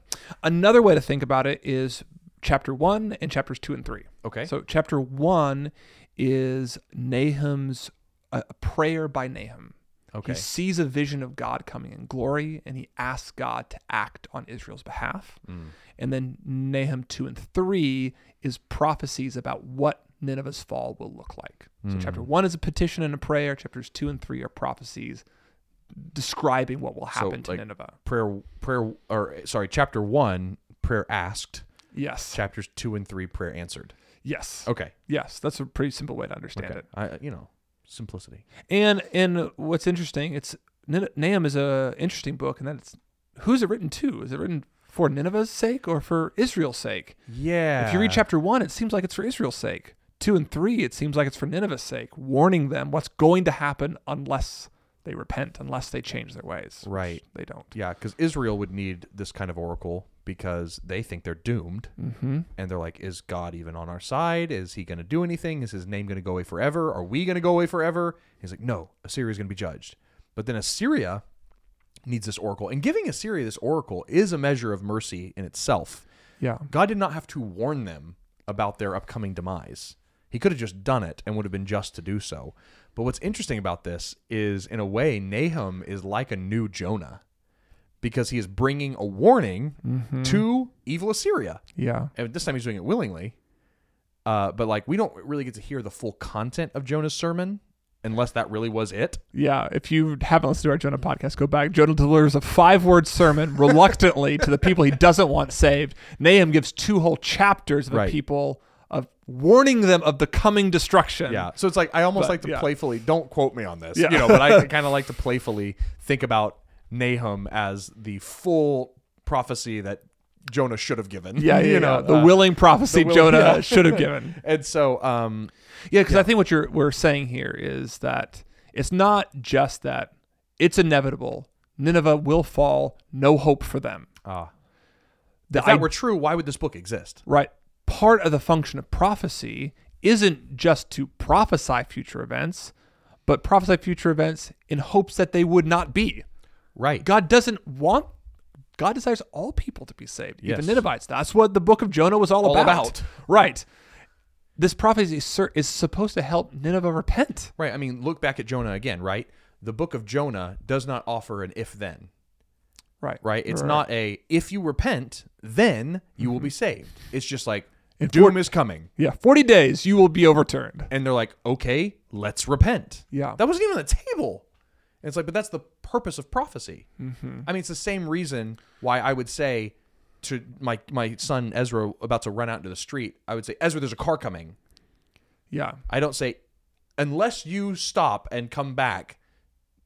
S3: Another way to think about it is chapter one and chapters two and three.
S1: Okay.
S3: So chapter one is Nahum's a a prayer by Nahum.
S1: okay.
S3: He sees a vision of God coming in glory and he asks God to act on Israel's behalf.
S1: Mm.
S3: And then Nahum 2 and 3 is prophecies about what Nineveh's fall will look like.
S1: Mm.
S3: So, chapter 1 is a petition and a prayer, chapters 2 and 3 are prophecies describing what will happen to
S1: like,
S3: Nineveh.
S1: prayer prayer or sorry chapter 1 prayer asked,
S3: Yes.
S1: chapters two and three, prayer answered.
S3: Yes.
S1: Okay.
S3: Yes. That's a pretty simple way to understand
S1: Okay.
S3: it.
S1: I, you know, simplicity.
S3: And and what's interesting, it's Nin- Nahum is a interesting book, and that it's who's it written to? Is it written for Nineveh's sake or for Israel's sake?
S1: Yeah.
S3: If you read chapter one, it seems like it's for Israel's sake. Two and three, it seems like it's for Nineveh's sake, warning them what's going to happen unless they repent, unless they change their ways. which
S1: Right.
S3: They don't.
S1: Yeah, because Israel would need this kind of oracle because they think they're doomed.
S3: Mm-hmm.
S1: And they're like, is God even on our side? Is he going to do anything? Is his name going to go away forever? Are we going to go away forever? He's like, no, Assyria's going to be judged. But then Assyria needs this oracle. And giving Assyria this oracle is a measure of mercy in itself.
S3: Yeah.
S1: God did not have to warn them about their upcoming demise. He could have just done it and would have been just to do so. But what's interesting about this is, in a way, Nahum is like a new Jonah because he is bringing a warning to evil Assyria.
S3: Yeah.
S1: And this time he's doing it willingly. Uh, but like, we don't really get to hear the full content of Jonah's sermon unless that really was it.
S3: Yeah, if you haven't listened to our Jonah podcast, go back. Jonah delivers a five word sermon reluctantly to the people he doesn't want saved. Nahum gives two whole chapters of the
S1: Right.
S3: people of warning them of the coming destruction.
S1: Yeah. So it's like I almost
S3: But,
S1: like to
S3: yeah.
S1: playfully don't quote me on this,
S3: Yeah.
S1: you know, but I kind of like to playfully think about Nahum as the full prophecy that Jonah should have given.
S3: Yeah, yeah,
S1: you know,
S3: yeah. the
S1: uh,
S3: willing prophecy
S1: the will-
S3: Jonah
S1: yeah.
S3: should have given.
S1: And so um
S3: Yeah, because I think what you're we're saying here is that it's not just that it's inevitable. Nineveh will fall. No hope for them.
S1: ah,
S3: The
S1: if that
S3: id-
S1: were true, why would this book exist?
S3: Right. Part of the function of prophecy isn't just to prophesy future events, but prophesy future events in hopes that they would not be.
S1: Right.
S3: God doesn't want God desires all people to be saved,
S1: Yes.
S3: even Ninevites. That's what the book of Jonah was all,
S1: All
S3: about.
S1: about.
S3: Right. This prophecy is, cer- is supposed to help Nineveh repent.
S1: Right. I mean, look back at Jonah again, right? The book of Jonah does not offer an if then.
S3: Right. Mm-hmm.
S1: right? It's not a if you repent, then you will be saved. It's just like doom
S3: we're-
S1: is coming,
S3: Yeah. 40 days you will be overturned.
S1: and they're like, okay, let's repent.
S3: Yeah.
S1: that wasn't even on the table. And it's like, but that's the purpose of prophecy.
S3: Mm-hmm.
S1: I mean, it's the same reason why I would say to my my son Ezra about to run out into the street, I would say, Ezra, there's a car coming.
S3: Yeah.
S1: I don't say, unless you stop and come back,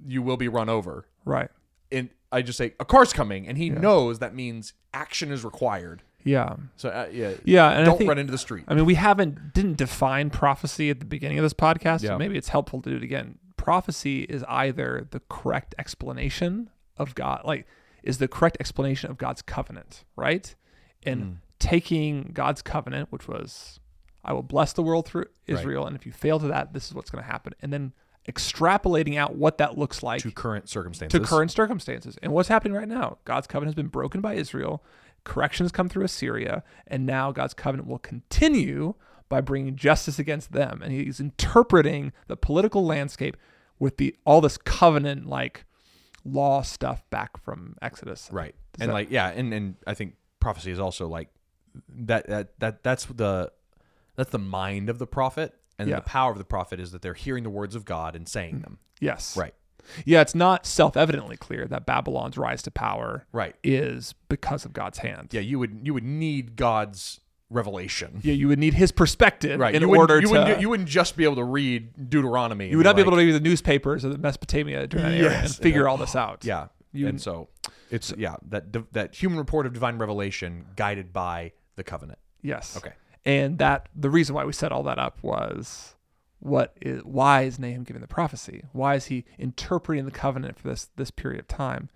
S1: you will be run over.
S3: Right.
S1: And I just say, a car's coming, and he knows that means action is required.
S3: Yeah.
S1: So uh, yeah,
S3: Yeah, and I
S1: don't
S3: think-
S1: run into the street.
S3: I mean, we haven't didn't define prophecy at the beginning of this podcast.
S1: Yeah.
S3: So maybe it's helpful to do it again. Prophecy is either the correct explanation of God, like is the correct explanation of God's covenant, right? And
S1: Hmm.
S3: taking God's covenant, which was I will bless the world through Israel, and if you fail to that, this is what's going to happen. And then extrapolating out what that looks like
S1: to current circumstances.
S3: to current circumstances. And what's happening right now? God's covenant has been broken by Israel. Corrections come through Assyria, and now God's covenant will continue by bringing justice against them. And he's interpreting the political landscape with the all this covenant like law stuff back from Exodus.
S1: right?
S3: Does
S1: And
S3: that-
S1: like yeah, and and I think prophecy is also like that that that that's the that's the mind of the prophet, and
S3: Yeah. Mm.
S1: the power of the prophet is that they're hearing the words of God and saying them.
S3: Yes.
S1: Right,
S3: Yeah, it's not self-evidently clear that Babylon's rise to power
S1: right.
S3: is because of God's hand.
S1: Yeah, you would you would need God's revelation.
S3: Yeah, you would need his perspective
S1: Right.
S3: in
S1: you
S3: order
S1: wouldn't, you
S3: to
S1: wouldn't, you wouldn't just be able to read Deuteronomy.
S3: You would not be able to read the newspapers of the Mesopotamia during that era and
S1: Yes.
S3: figure all this out.
S1: Yeah. and so it's yeah that div- that human report of divine revelation guided by the covenant.
S3: Yes.
S1: Okay.
S3: And that the reason why we set all that up was what is why is Nahum giving the prophecy? Why is he interpreting the covenant for this this period of time?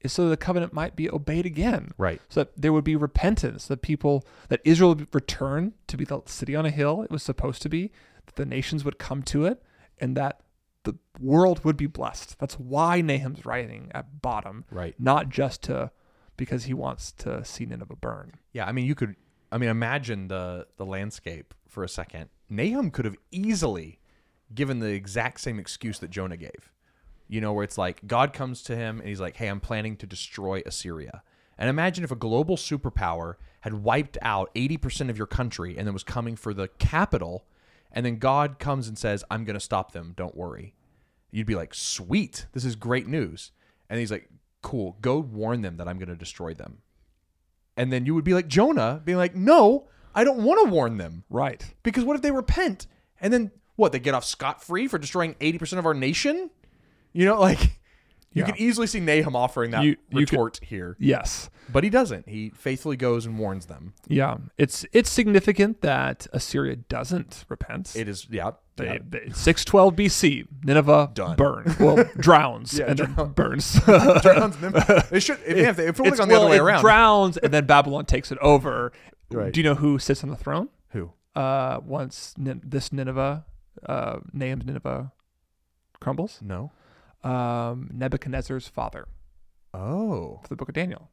S3: Is so that the covenant might be obeyed again.
S1: Right.
S3: So that there would be repentance, that people that Israel would return to be the city on a hill it was supposed to be, that the nations would come to it, and that the world would be blessed. That's why Nahum's writing at bottom.
S1: Right.
S3: Not just to because he wants to see Nineveh burn.
S1: Yeah, I mean, you could. I mean, imagine the the landscape for a second. Nahum could have easily given the exact same excuse that Jonah gave. You know, where it's like God comes to him and he's like, "Hey, I'm planning to destroy Assyria." And imagine if a global superpower had wiped out 80% of your country and then was coming for the capital, and then God comes and says, "I'm going to stop them. Don't worry." You'd be like, "Sweet, this is great news." And he's like, "Cool, go warn them that I'm going to destroy them." And then you would be like Jonah, being like, no, I don't want to warn them.
S3: Right.
S1: Because what if they repent and then what? They get off scot free for destroying 80% of our nation? You know, like you
S3: Yeah.
S1: could e-, easily see Nahum offering that
S3: You- you could-
S1: retort here,
S3: Yes.
S1: but he doesn't. He faithfully goes and warns them.
S3: Yeah. It's it's significant that Assyria doesn't repent.
S1: It is, yeah. yeah.
S3: They- they- 612 BC, Nineveh
S1: Done.
S3: burn. Well, drowns and then burns. It's-
S1: Drowns them. It should, if, if, if it would have gone the
S3: well,
S1: other way
S3: it
S1: around.
S3: drowns and then Babylon takes it over.
S1: Right.
S3: Do you know who sits on the throne?
S1: Who?
S3: Uh, once Nin- this Nineveh, uh, named Nineveh, crumbles,
S1: No.
S3: um, Nebuchadnezzar's father
S1: Oh.
S3: for the Book of Daniel.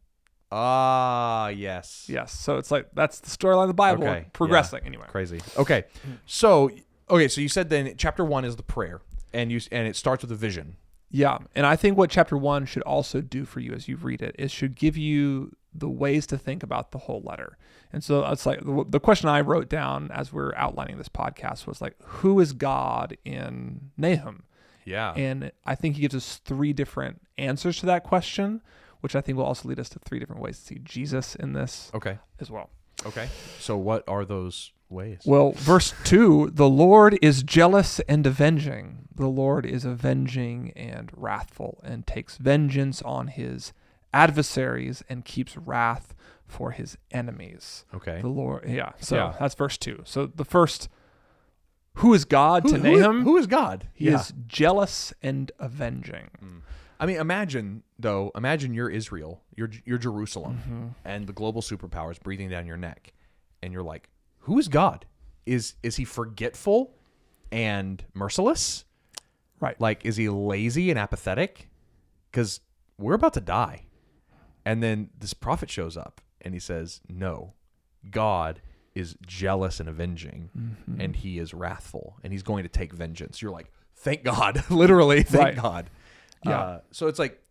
S1: Ah, yes.
S3: Yes. So it's like that's the storyline of the Bible
S1: Okay,
S3: progressing anyway.
S1: Crazy. Okay. So, okay, so you said then chapter 1 is the prayer and you s- and it starts with a vision.
S3: Yeah. And I think what chapter one should also do for you as you read it is should give you the ways to think about the whole letter. And so it's like the, the question I wrote down as we are outlining this podcast was like, who is God in Nahum?
S1: Yeah.
S3: And I think he gives us three different answers to that question, which I think will also lead us to three different ways to see Jesus in this
S1: okay.
S3: as well.
S1: Okay. So what are those ways?
S3: Well, verse 2 the Lord is jealous and avenging. The Lord is avenging and wrathful and takes vengeance on his adversaries and keeps wrath for his enemies.
S1: Okay.
S3: The Lord, yeah. So
S1: Yeah.
S3: that's verse 2. So the first, who is God to Nahum?
S1: who is God?
S3: he is jealous and avenging.
S1: Mm. I mean, imagine though. Imagine you're Israel, you're you're Jerusalem,
S3: Mm-hmm.
S1: and the global superpowers breathing down your neck, and you're like, who is God? Is is he forgetful and merciless?
S3: Right.
S1: Like, is he lazy and apathetic? Because we're about to die. And then this prophet shows up and he says, No, God is jealous and avenging,
S3: Mm-hmm.
S1: and he is wrathful, and he's going to take vengeance. You're like, Thank God. Literally, thank
S3: Right.
S1: God.
S3: Yeah.
S1: Uh, so it's like,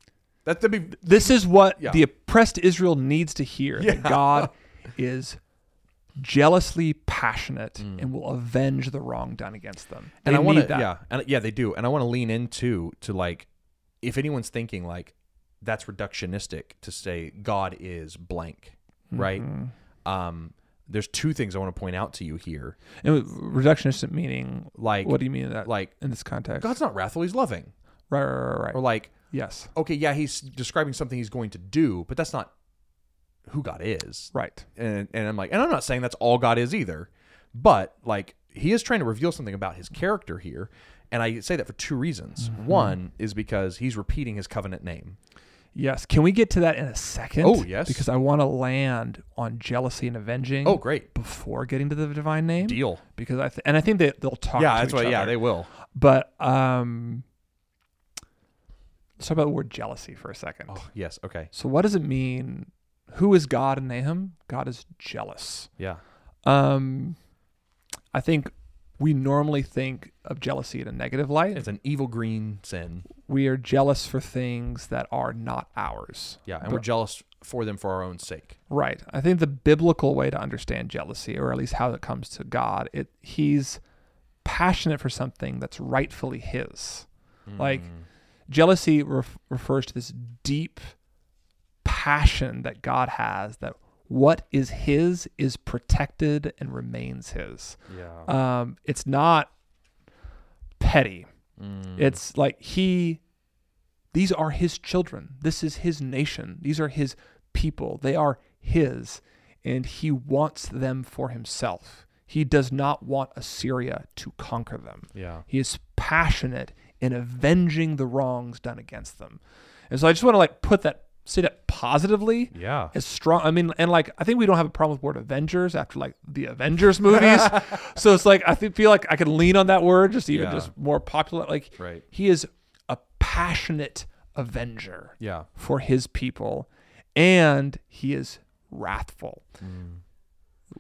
S1: that, that'd be.
S3: This is what
S1: Yeah.
S3: the oppressed Israel needs to hear that God is jealously passionate and will avenge the wrong done against them.
S1: Mm. And
S3: They
S1: I want
S3: need
S1: to,
S3: that.
S1: yeah, and yeah, they do, and I want to lean into to like, if anyone's thinking like, that's reductionistic to say God is blank, right?
S3: Mm-hmm.
S1: Um, there's two things I want to point out to you here.
S3: And reductionistic meaning,
S1: Like,
S3: what do you mean that?
S1: like
S3: in this context,
S1: God's not wrathful; He's loving.
S3: right, right, right, right.
S1: Or like,
S3: yes,
S1: okay, yeah, He's describing something He's going to do, but that's not who God is.
S3: right,
S1: And and I'm like, and I'm not saying that's all God is either, but like He is trying to reveal something about His character here. And I say that for two reasons.
S3: Mm-hmm.
S1: One is because he's repeating his covenant name.
S3: yes. Can we get to that in a second?
S1: Oh, yes.
S3: because I want to land on jealousy and avenging.
S1: Oh, great.
S3: Before getting to the divine name,
S1: Deal.
S3: because I th- and I think that they'll talk.
S1: Yeah,
S3: to
S1: that's
S3: each
S1: what. Yeah,
S3: other.
S1: they will.
S3: But um, let's talk about the word jealousy for a second.
S1: Oh, yes. Okay.
S3: So, what does it mean? Who is God in Nahum? God is jealous.
S1: Yeah.
S3: Um, I think we normally think of jealousy in a negative light.
S1: It's an evil green sin.
S3: we are jealous for things that are not ours.
S1: Yeah, and
S3: But-
S1: we're jealous for them for our own sake.
S3: Right. I think the biblical way to understand jealousy, or at least how it comes to God, it he's passionate for something that's rightfully his. Like jealousy ref- refers to this deep passion that God has that what is his is protected and remains his.
S1: Yeah.
S3: Um, it's not petty. It's like he, these are his children. This is his nation. These are his people. They are his, and he wants them for himself. He does not want Assyria to conquer them.
S1: Yeah.
S3: He is passionate in avenging the wrongs done against them. And so I just want to like put that, say that positively
S1: Yeah.
S3: as strong. I mean, and like I think we don't have a problem with word Avengers after like the Avengers movies. so it's like I thi- feel like I can lean on that word just even
S1: Yeah.
S3: just more popular. Like
S1: Right.
S3: he is a passionate Avenger
S1: Yeah.
S3: for his people, and he is wrathful.
S1: Mm.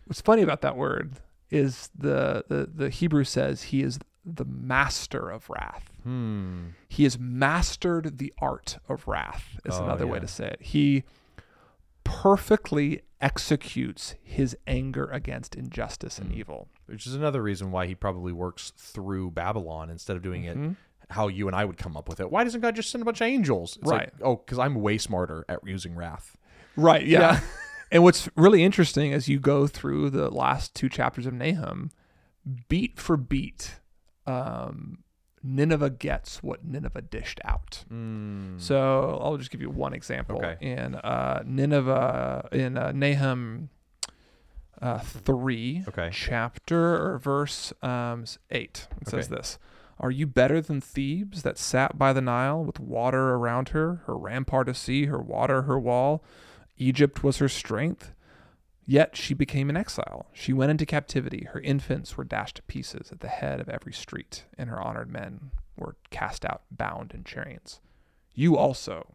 S3: What's funny about that word is the the the Hebrew says he is the master of wrath.
S1: Hmm.
S3: He has mastered the art of wrath, is
S1: Oh,
S3: another way
S1: yeah.
S3: to say it. He perfectly executes his anger against injustice
S1: Hmm.
S3: and evil.
S1: Which is another reason why he probably works through Babylon instead of doing it how you and I would come up with it. Why doesn't God just send a bunch of angels? It's like,
S3: Right.
S1: oh, because I'm way smarter at using wrath.
S3: Right, yeah. And what's really interesting as you go through the last two chapters of Nahum, beat for beat, um, Nineveh gets what Nineveh dished out. Mm. So I'll just give you one example.
S1: Okay.
S3: In uh, Nineveh, in uh, Nahum uh, 3,
S1: Okay.
S3: chapter or verse um, s- 8, it says
S1: Okay.
S3: this Are you better than Thebes that sat by the Nile with water around her, her rampart of sea, her water, her wall? Egypt was her strength. Yet she became an exile. She went into captivity. Her infants were dashed to pieces at the head of every street, and her honored men were cast out, bound in chariots. You also,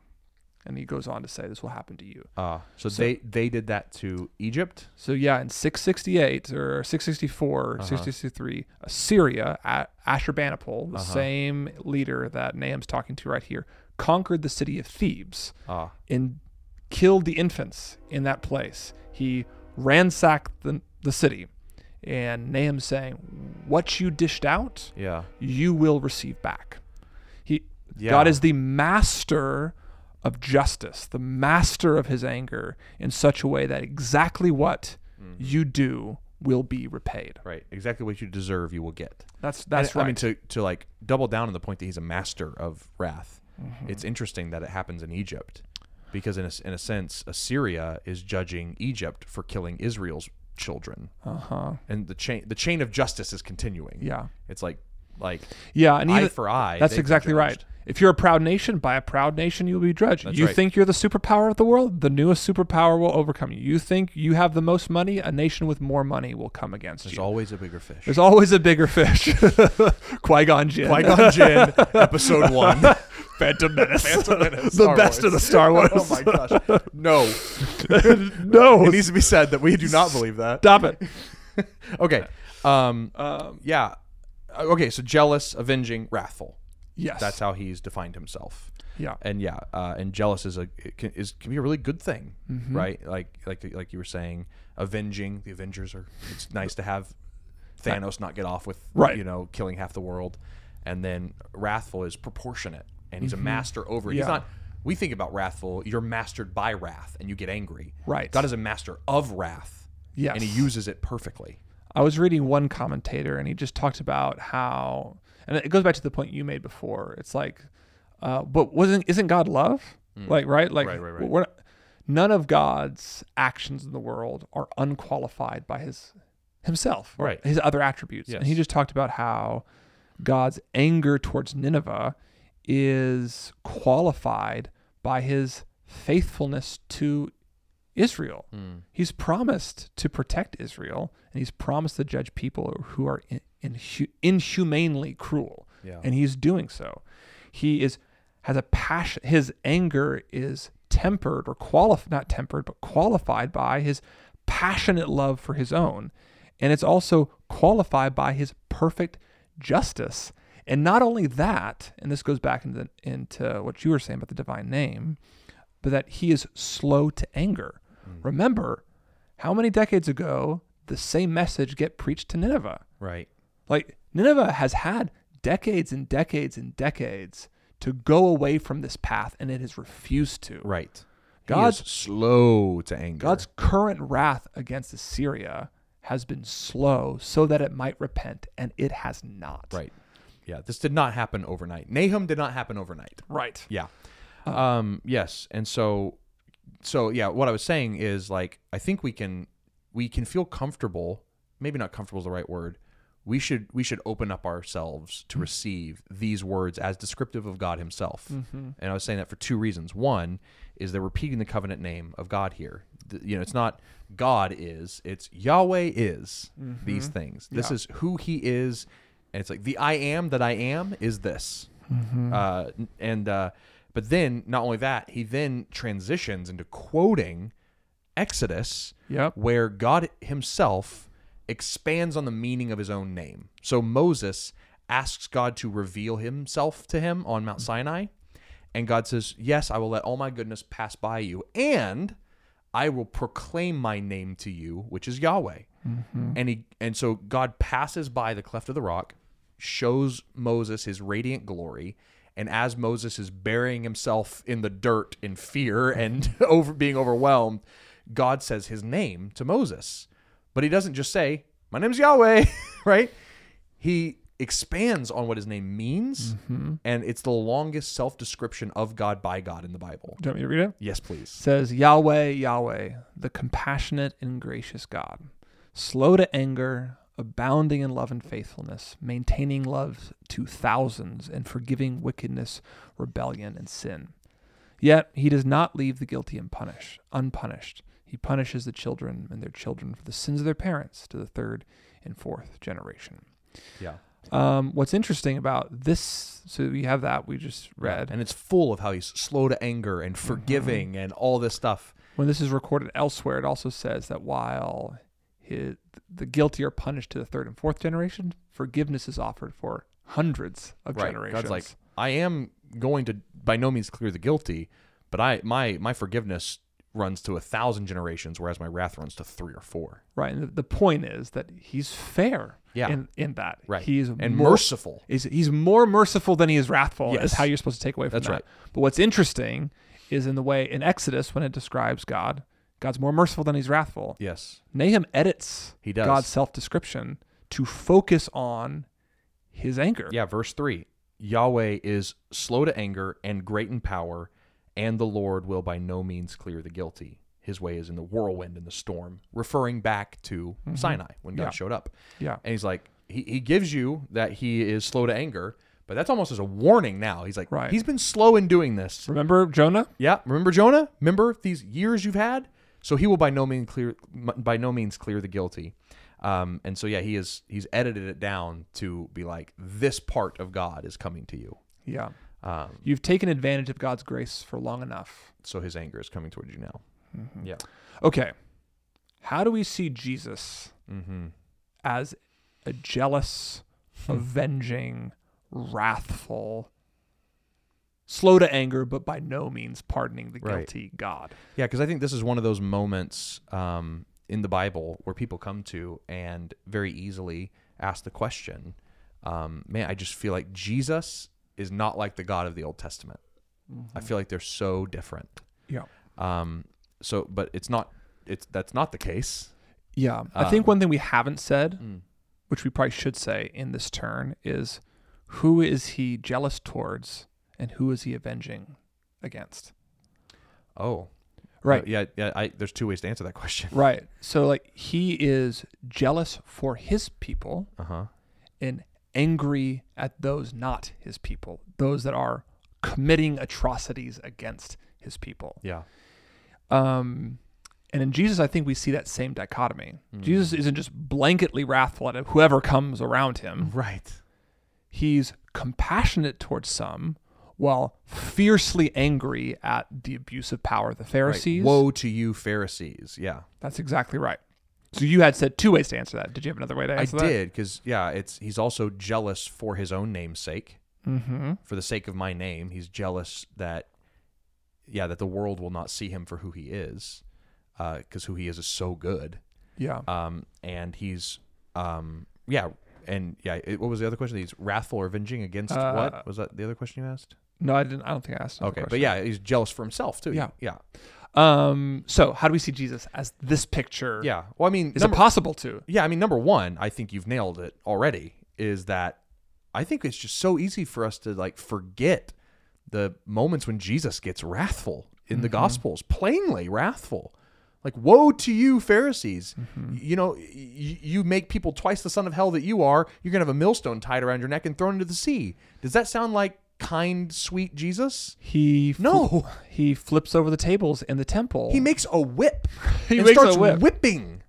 S3: and he goes on to say, this will happen to you.
S1: Ah, so, they they did that to Egypt.
S3: So yeah, in 668 or 664, 663, Assyria, A- Ashurbanipal, the same leader that Nahum's talking to right here, conquered the city of Thebes
S1: Ah,
S3: and killed the infants in that place. He ransacked the, the city. And Nahum's saying, What you dished out,
S1: yeah.
S3: you will receive back. He
S1: Yeah.
S3: God is the master of justice, the master of his anger in such a way that exactly what
S1: Mm-hmm.
S3: you do will be repaid.
S1: Right. Exactly what you deserve, you will get.
S3: That's that's
S1: And,
S3: right.
S1: I mean, to to like double down on the point that he's a master of wrath.
S3: Mm-hmm.
S1: It's interesting that it happens in Egypt, because in a, s- in a sense, Assyria is judging Egypt for killing Israel's children,
S3: uh-huh.
S1: and the chain the chain of justice is continuing.
S3: Yeah.
S1: It's like like
S3: Yeah, and
S1: eye
S3: even-
S1: for eye.
S3: That's
S1: they've been
S3: exactly right.
S1: judged.
S3: If you're a proud nation, by a proud nation you'll be judged. you
S1: right.
S3: think you're the superpower of the world, the newest superpower will overcome you. You think you have the most money, a nation with more money will come against
S1: There's
S3: you.
S1: always a bigger fish.
S3: There's always a bigger fish. Qui Gon Jinn.
S1: Qui Gon Jinn, episode one.
S3: Phantom Menace.
S1: Menace,
S3: the
S1: Star Wars.
S3: best of the Star Wars.
S1: oh my gosh! No,
S3: no.
S1: it needs to be said that we do not believe that.
S3: Stop it.
S1: Okay. Um.
S3: Um,
S1: Yeah. Uh, Okay. So jealous, avenging, wrathful.
S3: yes.
S1: That's how he's defined himself.
S3: yeah.
S1: And yeah, uh, and jealous is a it can, is can be a really good thing,
S3: Mm-hmm.
S1: right? Like like like you were saying, avenging the Avengers are. It's nice to have Thanos not get off with
S3: Right.
S1: you know killing half the world, and then wrathful is proportionate, and he's a master over. it. He's
S3: Mm-hmm. Yeah.
S1: not. We think about wrathful. You're mastered by wrath, and you get angry.
S3: Right.
S1: God is a master of wrath.
S3: Yes.
S1: And he uses it perfectly.
S3: I was reading one commentator and he just talked about how, and it goes back to the point you made before. It's like, uh, but wasn't isn't God love? Like right, like
S1: Hmm. Right, right, right.
S3: We're, none of God's actions in the world are unqualified by his himself, or
S1: Right.
S3: His other attributes, and he
S1: Yes.
S3: just talked about how God's anger towards Nineveh is qualified by his faithfulness to Israel.
S1: Hmm.
S3: He's promised to protect Israel, and he's promised to judge people who are in, inhu- inhumanely cruel,
S1: Yeah.
S3: and he's doing so. He is has a passion. His anger is tempered or qualified, not tempered, but qualified by his passionate love for his own, and it's also qualified by his perfect justice. And not only that, and this goes back into into what you were saying about the divine name but that he is slow to anger. Remember, how many decades ago the same message get preached to Nineveh?
S1: Right.
S3: Like Nineveh has had decades and decades and decades to go away from this path and it has refused to.
S1: Right.
S3: God's-
S1: God's slow to anger.
S3: God's current wrath against Assyria has been slow so that it might repent and it has not.
S1: Right. Yeah. This did not happen overnight. Nahum did not happen overnight.
S3: Right.
S1: Yeah. Um, yes. And so, so yeah, what I was saying is like, I think we can, we can feel comfortable, maybe not comfortable is the right word. We should, we should open up ourselves to receive these words as descriptive of God himself. And I was saying that for two reasons. One is they're repeating the covenant name of God here. Th- You know, it's not God is, it's Yahweh is these things. This is who he is. And it's like the I am that I am is this uh, n- and uh, but then not only that, he then transitions into quoting Exodus,
S3: Yep.
S1: where God Himself expands on the meaning of His own name. So Moses asks God to reveal Himself to him on Mount Sinai, and God says, "Yes, I will let all my goodness pass by you, and I will proclaim my name to you, which is Yahweh." And he and so God passes by the cleft of the rock, shows Moses his radiant glory, and as Moses is burying himself in the dirt in fear and over being overwhelmed, God says his name to Moses, but he doesn't just say, My name's Yahweh, right? He expands on what his name means, and it's the longest self description of God by God in the Bible.
S3: Do you want me to read it?
S1: Yes, please.
S3: says Yahweh, Yahweh, the compassionate and gracious God, slow to anger, abounding in love and faithfulness, maintaining love to thousands, and forgiving wickedness, rebellion, and sin. Yet he does not leave the guilty unpunished. Unpunished, he punishes the children and their children for the sins of their parents to the third and fourth generation.
S1: Yeah.
S3: Um, what's interesting about this? So you have that we just read.
S1: And it's full of how he's slow to anger and forgiving and all this stuff.
S3: when this is recorded elsewhere, it also says that while his, the guilty are punished to the third and fourth generation, forgiveness is offered for hundreds of generations.
S1: God's like, I am going to by no means clear the guilty, but I my my forgiveness runs to a thousand generations, whereas my wrath runs to three or four.
S3: right. And the, the point is that he's fair.
S1: Yeah.
S3: In, in that,
S1: Right.
S3: He's
S1: and
S3: more,
S1: merciful.
S3: Is he's more merciful than he is wrathful.
S1: Yes.
S3: Is how you're supposed to take away from
S1: That's
S3: that.
S1: right.
S3: But what's interesting is in the way in Exodus when it describes God, God's more merciful than he's wrathful.
S1: Yes.
S3: Nahum edits
S1: He does.
S3: God's self description to focus on his anger.
S1: Yeah, verse three. Yahweh is slow to anger and great in power, and the Lord will by no means clear the guilty. His way is in the whirlwind and the storm, referring back to Sinai when God
S3: Mm-hmm. Yeah.
S1: showed up.
S3: Yeah.
S1: And he's like, he, he gives you that he is slow to anger, but that's almost as a warning now. He's like,
S3: Right.
S1: he's been slow in doing this.
S3: Remember Jonah?
S1: Yeah, remember Jonah? Remember these years you've had? So he will by no means clear by no means clear the guilty. Um, and so yeah, he is he's edited it down to be like this part of God is coming to you.
S3: Yeah.
S1: Um,
S3: You've taken advantage of God's grace for long enough.
S1: so his anger is coming towards you now. Yeah.
S3: Okay. How do we see Jesus
S1: Mm-hmm.
S3: as a jealous, avenging, wrathful, slow to anger, but by no means pardoning the
S1: Right.
S3: guilty God?
S1: Yeah, because I think this is one of those moments um, in the Bible where people come to and very easily ask the question, um, man, I just feel like Jesus is not like the God of the Old Testament.
S3: Mm-hmm.
S1: I feel like they're so different.
S3: Yeah.
S1: Um, so, but it's not. It's that's not the case.
S3: Yeah. I
S1: Um, mm.
S3: think one thing we haven't said, which we probably should say in this turn, is who is he jealous towards and who is he avenging against?
S1: Oh,
S3: Right.
S1: Yeah, yeah. I, there's two ways to answer that question.
S3: Right. So like he is jealous for his people
S1: Uh huh.
S3: and angry at those not his people, those that are committing atrocities against his people.
S1: Yeah.
S3: Um and in Jesus I think we see that same dichotomy.
S1: Mm.
S3: Jesus isn't just blanketly wrathful at whoever comes around him.
S1: Right.
S3: He's compassionate towards some while fiercely angry at the abuse of power of the Pharisees.
S1: Woe to you, Pharisees. Yeah,
S3: That's exactly right. So you had said two ways to answer that. Did you have another way to
S1: I
S3: answer that?
S1: did because yeah, it's he's also jealous for his own name's sake. Mm-hmm. For the sake of my name, he's jealous that yeah that the world will not see him for who he is, because who he is is so good.
S3: Yeah.
S1: Um, and he's um, yeah. And yeah, it, what was the other question? He's wrathful or avenging against
S3: Uh,
S1: what? Was that the other question you asked?
S3: No, I didn't. I don't think I asked. another
S1: Okay, but
S3: question.
S1: yeah, he's jealous for himself too.
S3: Yeah.
S1: yeah,
S3: Um. So, how do we see Jesus as this picture?
S1: yeah. Well, I mean,
S3: Is
S1: number,
S3: it possible to?
S1: yeah, I mean, number one, I think you've nailed it already. Is that I think it's just so easy for us to like forget the moments when Jesus gets wrathful in
S3: Mm-hmm.
S1: the Gospels, plainly wrathful. Like, woe to you, Pharisees!
S3: Mm-hmm.
S1: You know, y- you make people twice the son of hell that you are. You're gonna have a millstone tied around your neck and thrown into the sea. Does that sound like kind, sweet Jesus?
S3: He
S1: No.
S3: He flips over the tables in the temple.
S1: He makes a whip.
S3: He
S1: and
S3: makes a
S1: starts
S3: whip.
S1: whipping.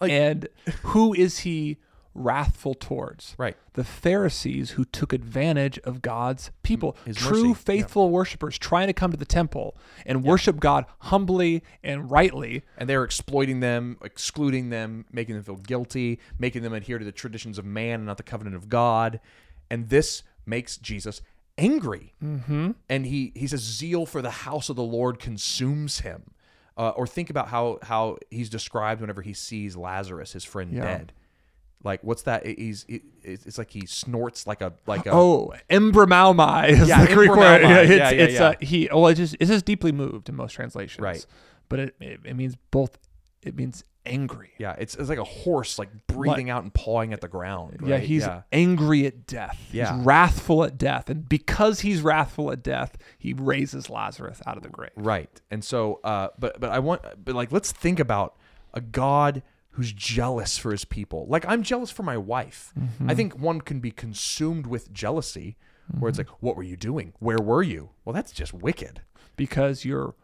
S3: and who is he wrathful towards?
S1: Right.
S3: The Pharisees who took advantage of God's people,
S1: His
S3: true
S1: mercy, yeah.
S3: faithful worshipers trying to come to the temple and worship God humbly and rightly.
S1: And they're exploiting them, excluding them, making them feel guilty, making them adhere to the traditions of man and not the covenant of God. And this makes Jesus angry. Mm-hmm. And he, he says, Zeal for the house of the Lord consumes him. Uh, or think about how, how he's described whenever he sees Lazarus, his friend, dead. Like what's that? He's it- it's it's like he snorts like a like a
S3: Oh, embramaumai is
S1: Yeah,
S3: the Greek word.
S1: embramaumai.
S3: Yeah, it's,
S1: Yeah, yeah,
S3: it's
S1: yeah.
S3: Uh, he. Well, it just it says deeply moved in most translations.
S1: Right.
S3: but it, it, it means both. It means angry.
S1: Yeah, it's, it's like a horse like breathing out and pawing at the ground.
S3: Yeah,
S1: right?
S3: he's angry at death.
S1: Yeah.
S3: He's wrathful at death. And because he's wrathful at death, he raises Lazarus out of the grave.
S1: Right. And so, uh, but but I want, but like, let's think about a God who's jealous for his people. Like I'm jealous for my wife. I think one can be consumed with jealousy, where it's like, what were you doing? Where were you? Well, that's just wicked.
S3: Because you're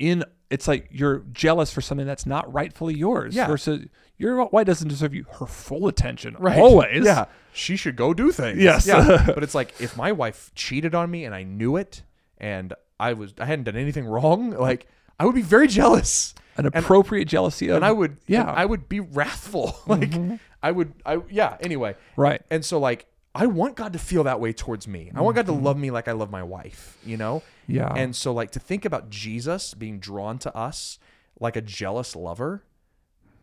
S3: in, it's like you're jealous for something that's not rightfully yours.
S1: Yeah.
S3: Versus your wife doesn't deserve you her full attention.
S1: Right.
S3: Always.
S1: Yeah. She should go do things.
S3: Yes.
S1: Yeah. but it's like if my wife cheated on me and I knew it and I was I hadn't done anything wrong, like I would be very jealous.
S3: An appropriate jealousy of.
S1: and I would
S3: Yeah. Mm-hmm.
S1: and I would be wrathful. like I would I yeah, anyway.
S3: Right.
S1: And so like I want God to feel that way towards me. I want God to
S3: Mm-hmm.
S1: love me like I love my wife, you know?
S3: Yeah.
S1: And so like to think about Jesus being drawn to us like a jealous lover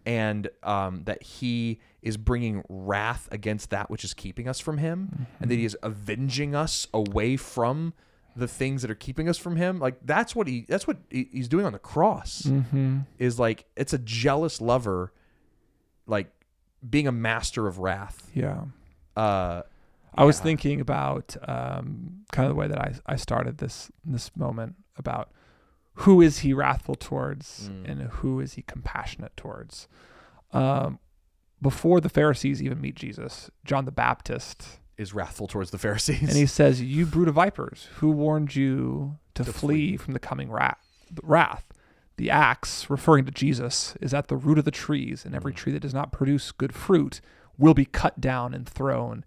S1: and um, that he is bringing wrath against that which is keeping us from him and
S3: Mm-hmm.
S1: that he is avenging us away from the things that are keeping us from him like that's what he that's what he- he's doing on the cross
S3: Mm-hmm.
S1: is like it's a jealous lover like being a master of wrath
S3: yeah.
S1: uh
S3: I was thinking about um, kind of the way that I, I started this this moment about who is he wrathful towards and who is he compassionate towards. Um, before the Pharisees even meet Jesus, John the Baptist,
S1: is wrathful towards the pharisees
S3: and he says, "You brood of vipers, who warned you to, flee, from the coming wrath?" Wrath. The axe, referring to Jesus, is at the root of the trees, and every tree that does not produce good fruit will be cut down and thrown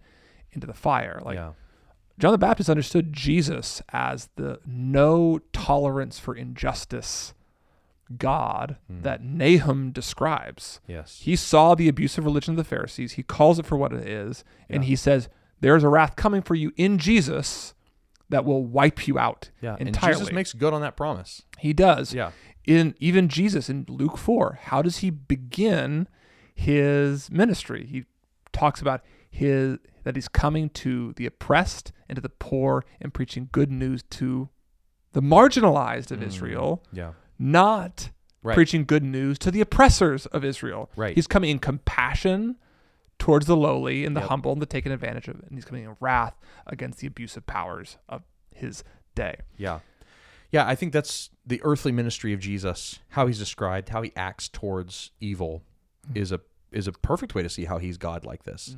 S3: into the fire. Like
S1: yeah
S3: John the Baptist understood Jesus as the no tolerance for injustice God
S1: Hmm.
S3: that Nahum describes.
S1: yes
S3: He saw the abusive religion of the Pharisees. He calls it for what it is. And
S1: Yeah.
S3: he says, There is a wrath coming for you in Jesus that will wipe you out
S1: yeah
S3: entirely.
S1: and jesus makes good on that promise
S3: he does
S1: yeah
S3: in even Jesus in Luke 4, how does he begin his ministry? He talks about his that he's coming to the oppressed and to the poor and preaching good news to the marginalized of Israel,
S1: yeah
S3: not
S1: Mm. Right.
S3: preaching good news to the oppressors of Israel.
S1: Right.
S3: He's coming in compassion towards the lowly and the
S1: Yep.
S3: humble and the taken advantage of, and he's coming in wrath against the abusive powers of his day.
S1: Yeah. Yeah, I think that's the earthly ministry of Jesus, how he's described, how he acts towards evil is a is a perfect way to see how he's God like this.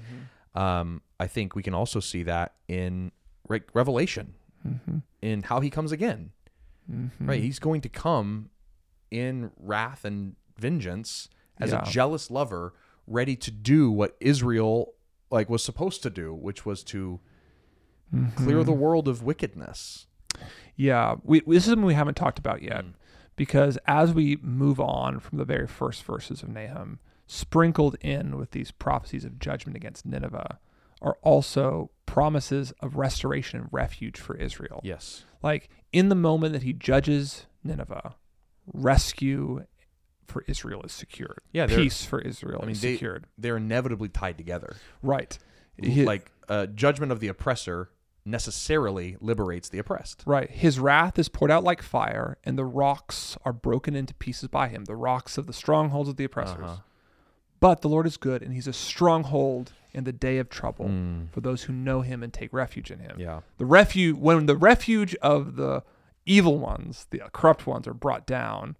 S1: Um, I think we can also see that in Re- Revelation, in how he comes again. Right, he's going to come in wrath and vengeance as
S3: Yeah.
S1: a jealous lover, ready to do what Israel like was supposed to do, which was to clear the world of wickedness.
S3: Yeah, we, this is something we haven't talked about yet,
S1: Hmm.
S3: because as we move on from the very first verses of Nahum, sprinkled in with these prophecies of judgment against Nineveh are also promises of restoration and refuge for Israel.
S1: Yes.
S3: Like in the moment that he judges Nineveh, rescue for Israel is secured.
S1: Yeah, they're-
S3: peace for Israel is
S1: they-
S3: secured.
S1: They're inevitably tied together.
S3: Right. He-
S1: like uh, judgment of the oppressor necessarily liberates the oppressed.
S3: Right. His wrath is poured out like fire, and the rocks are broken into pieces by him, the rocks of the strongholds of the oppressors.
S1: Uh-huh.
S3: But the Lord is good, and he's a stronghold in the day of trouble for those who know him and take refuge in him.
S1: Yeah.
S3: The refuge when the refuge of the evil ones, the corrupt ones are brought down,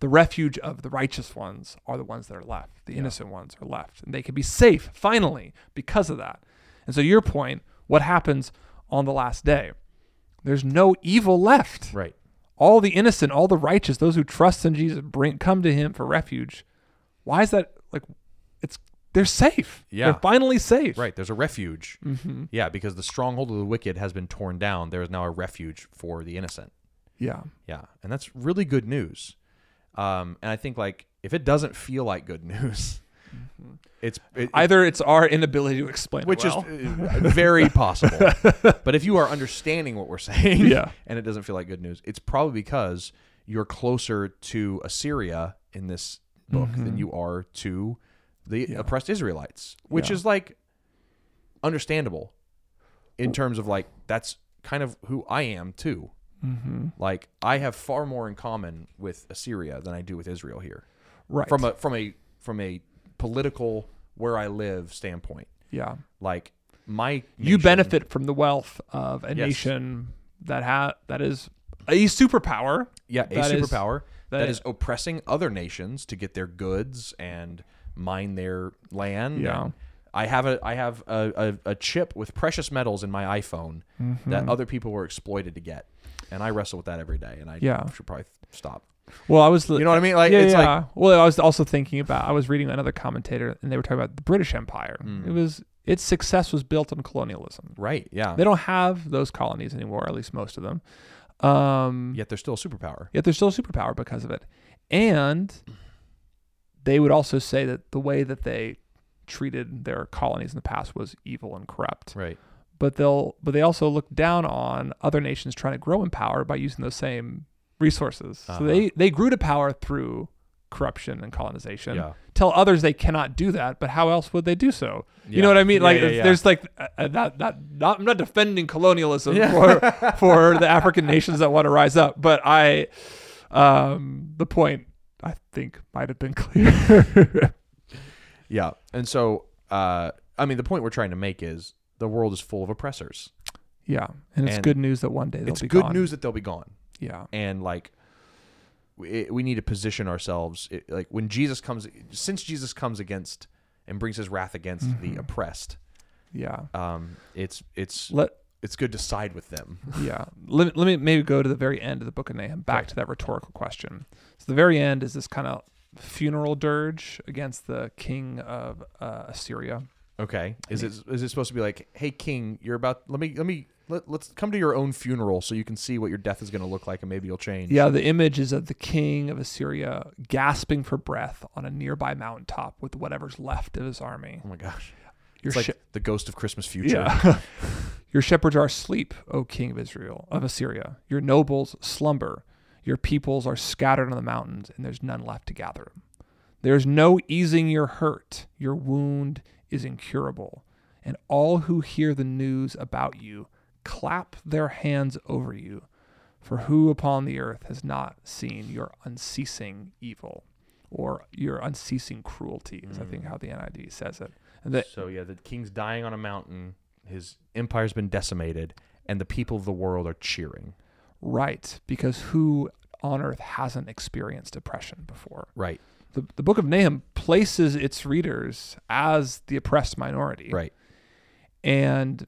S3: the refuge of the righteous ones are the ones that are left. The innocent ones are left. And they can be safe finally because of that. And so your point, what happens on the last day? There's no evil left.
S1: Right.
S3: All the innocent, all the righteous, those who trust in Jesus, bring come to Him for refuge. Why is that? Like, it's they're safe.
S1: Yeah.
S3: they're finally safe.
S1: Right. There's a refuge.
S3: Mm-hmm.
S1: Yeah, because the stronghold of the wicked has been torn down. There is now a refuge for the innocent.
S3: Yeah.
S1: Yeah, and that's really good news. Um, and I think like if it doesn't feel like good news,
S3: Mm-hmm.
S1: it's it, it-
S3: Either it's our inability to explain, it
S1: which
S3: well.
S1: is uh, very possible. but if you are understanding what we're saying,
S3: Yeah.
S1: and it doesn't feel like good news, it's probably because you're closer to Assyria in this book
S3: Mm-hmm.
S1: than you are to the oppressed Israelites, which
S3: Yeah.
S1: is like understandable in terms of like that's kind of who I am too.
S3: Mm-hmm.
S1: Like I have far more in common with Assyria than I do with Israel here.
S3: Right.
S1: From a from a from a political where I live standpoint.
S3: yeah.
S1: Like my
S3: You
S1: nation-
S3: benefit from the wealth of a
S1: Yes.
S3: nation that ha- that is a superpower.
S1: Yeah, a
S3: that is-
S1: superpower
S3: that
S1: that
S3: is-
S1: is oppressing other nations to get their goods and mine their land.
S3: Yeah.
S1: and I have a I have a, a, a chip with precious metals in my iPhone
S3: Mm-hmm.
S1: that other people were exploited to get, and I wrestle with that every day. And I
S3: Yeah.
S1: should probably stop.
S3: Well, I was
S1: You know what I mean? Like
S3: yeah,
S1: it's
S3: yeah.
S1: like
S3: well, I was also thinking about. I was reading another commentator, and they were talking about the British Empire.
S1: Hmm.
S3: It was its success was built on colonialism.
S1: right, yeah.
S3: They don't have those colonies anymore, at least most of them. Um,
S1: Yet they're still a superpower.
S3: Yet they're still a superpower because of it, and they would also say that the way that they treated their colonies in the past was evil and corrupt.
S1: Right.
S3: But they'll, but they also look down on other nations trying to grow in power by using those same resources.
S1: Uh-huh.
S3: So they they grew to power through corruption and colonization.
S1: Yeah.
S3: Tell others they cannot do that, but how else would they do so? You
S1: Yeah.
S3: know what I mean?
S1: Yeah,
S3: like
S1: yeah, yeah.
S3: there's like uh, uh, not, not not I'm not defending colonialism for for the African nations that want to rise up, but I um the point I think might have been clear.
S1: Yeah. And so uh I mean the point we're trying to make is the world is full of oppressors.
S3: yeah, and it's
S1: And
S3: good news that one day they'll
S1: it's
S3: be
S1: good
S3: gone.
S1: news that they'll be gone.
S3: Yeah,
S1: and like we, we need to position ourselves it, like when jesus comes since jesus comes against and brings his wrath against
S3: Mm-hmm.
S1: the oppressed
S3: yeah.
S1: um it's it's
S3: Let
S1: it's good to side with them
S3: yeah. Let, me- let me maybe go to the very end of the book of Nahum, back to that rhetorical question. So the very end is this kind of funeral dirge against the king of uh, Assyria.
S1: okay is it is it supposed to be like hey king you're about let me let me let, let's come to your own funeral so you can see what your death is going to look like and maybe you'll change
S3: Yeah, the image is of the king of Assyria gasping for breath on a nearby mountaintop with whatever's left of his army.
S1: oh my gosh
S3: Your,
S1: it's like
S3: shep-
S1: the ghost of christmas future
S3: Yeah. Your shepherds are asleep, O king of Israel, of Assyria. Your nobles slumber. Your peoples are scattered on the mountains, and there's none left to gather them. There's no easing your hurt. Your wound is incurable. And all who hear the news about you clap their hands over you. For who upon the earth has not seen your unceasing evil or your unceasing cruelty, is I think how the NID says it. And the
S1: so yeah the king's dying on a mountain his empire's been decimated and the people of the world are cheering
S3: Right, because who on earth hasn't experienced oppression before?
S1: right
S3: The, the book of Nahum places its readers as the oppressed minority.
S1: right
S3: And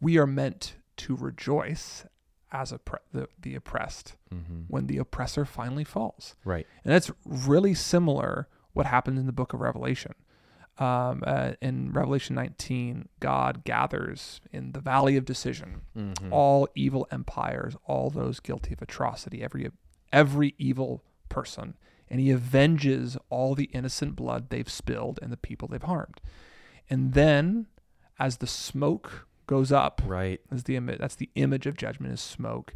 S3: we are meant to rejoice as oppre- the, the oppressed when the oppressor finally falls.
S1: right
S3: And that's really similar what happens in the book of Revelation. Um, uh, in Revelation 19, God gathers in the valley of decision all evil empires, all those guilty of atrocity, every every evil person, and he avenges all the innocent blood they've spilled and the people they've harmed. And then, as the smoke goes up,
S1: right
S3: is the image that's the image of judgment is smoke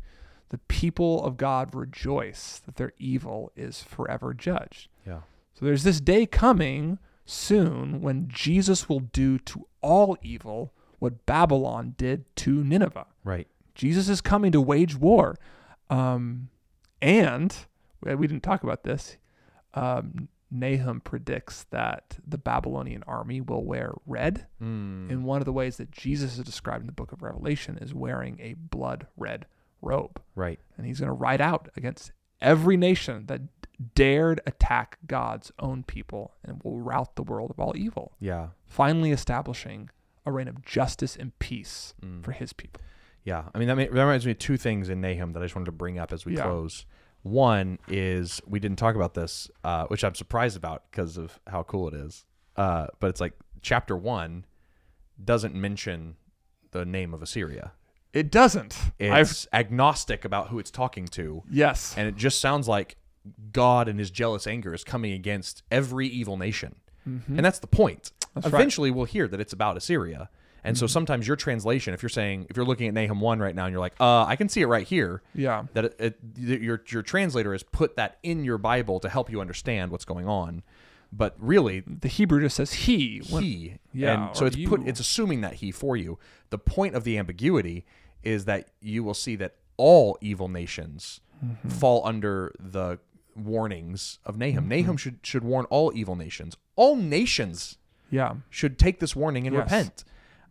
S3: the people of god rejoice that their evil is forever judged
S1: Yeah.
S3: so there's this day coming soon when jesus will do to all evil what babylon did to nineveh
S1: Right.
S3: jesus is coming to wage war um, and we we didn't talk about this um, nahum predicts that the babylonian army will wear red
S1: Mm.
S3: and one of the ways that Jesus is described in the book of Revelation is wearing a blood red robe.
S1: Right.
S3: And he's going to ride out against every nation that dared attack God's own people and will rout the world of all evil,
S1: Yeah.
S3: finally establishing a reign of justice and peace
S1: Mm.
S3: for his people.
S1: Yeah. I mean, that, ma- that reminds me of two things in Nahum that I just wanted to bring up as we
S3: Yeah.
S1: close. One is we didn't talk about this, uh, which I'm surprised about because of how cool it is. Uh, but it's like chapter one doesn't mention the name of Assyria.
S3: It doesn't. I've,
S1: It's agnostic about who it's talking to,
S3: yes.
S1: and it just sounds like God and His jealous anger is coming against every evil nation, and that's the point.
S3: Mm-hmm. right. Mm-hmm.
S1: Eventually, we'll hear that it's about Assyria, and so sometimes your translation, if you're saying, if you're looking at Nahum one right now, and you're like, uh, I can see it right here,
S3: yeah.
S1: that it, it, that your your translator has put that in your Bible to help you understand what's going on, but really
S3: The Hebrew just says he. when-
S1: he.
S3: Yeah,
S1: and so
S3: or
S1: it's put
S3: you.
S1: it's assuming that he for you. The point of the ambiguity is that you will see that all evil nations
S3: Mm-hmm.
S1: fall under the warnings of Nahum.
S3: Mm-hmm.
S1: Nahum should should warn all evil nations. All nations
S3: Yeah.
S1: should take this warning and
S3: Yes.
S1: repent.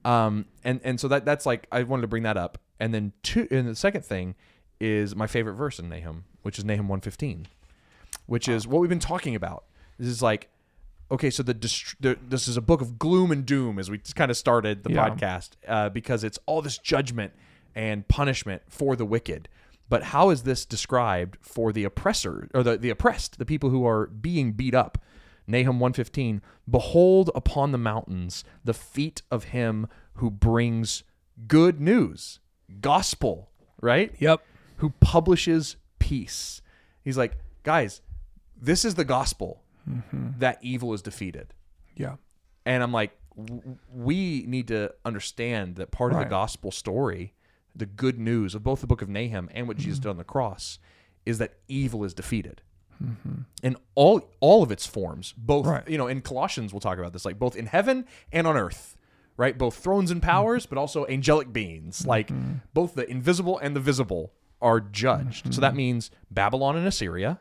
S1: Um, and and so that that's like I wanted to bring that up. And then two, and the second thing is my favorite verse in Nahum, which is Nahum one fifteen, which is what we've been talking about. This is like, okay, so the, dist- the this is a book of gloom and doom as we kind of started the
S3: Yeah.
S1: podcast uh, because it's all this judgment and punishment for the wicked. But how is this described for the oppressor or the, the oppressed, the people who are being beat up? Nahum 115, behold upon the mountains the feet of him who brings good news, gospel, right?
S3: Yep.
S1: who publishes peace. He's like, guys, this is the gospel that evil is defeated.
S3: Yeah.
S1: And I'm like, w- we need to understand that part of
S3: Right.
S1: the gospel story, the good news of both the book of Nahum and what Jesus did on the cross, is that evil is defeated. In all all of its forms, both
S3: Right.
S1: you know, in Colossians we'll talk about this, like both in heaven and on earth, right? Both thrones and powers, but also angelic beings,
S3: Mm-hmm.
S1: like both the invisible and the visible are judged.
S3: Mm-hmm.
S1: So that means Babylon and Assyria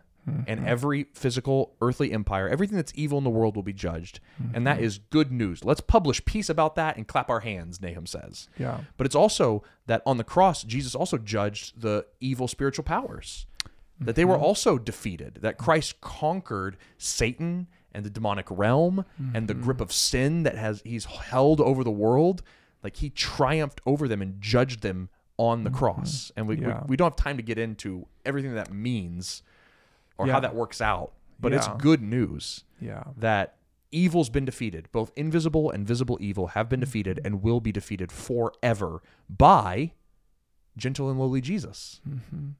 S1: and every physical earthly empire, everything that's evil in the world will be judged, and
S3: Mm-hmm.
S1: that is good news. Let's publish peace about that and clap our hands. Nahum says.
S3: Yeah.
S1: But it's also that on the cross, Jesus also judged the evil spiritual powers, that they
S3: Mm-hmm.
S1: were also defeated, that Christ conquered Satan and the demonic realm and the
S3: Mm-hmm.
S1: grip of sin that has he's held over the world. Like he triumphed over them and judged them on the cross. And we,
S3: Mm-hmm. Yeah.
S1: we, we don't have time to get into everything that means or
S3: Yeah.
S1: how that works out, but it's
S3: Yeah.
S1: good news
S3: Yeah.
S1: that evil's been defeated. Both invisible and visible evil have been defeated
S3: Mm-hmm.
S1: and will be defeated forever by gentle and lowly Jesus.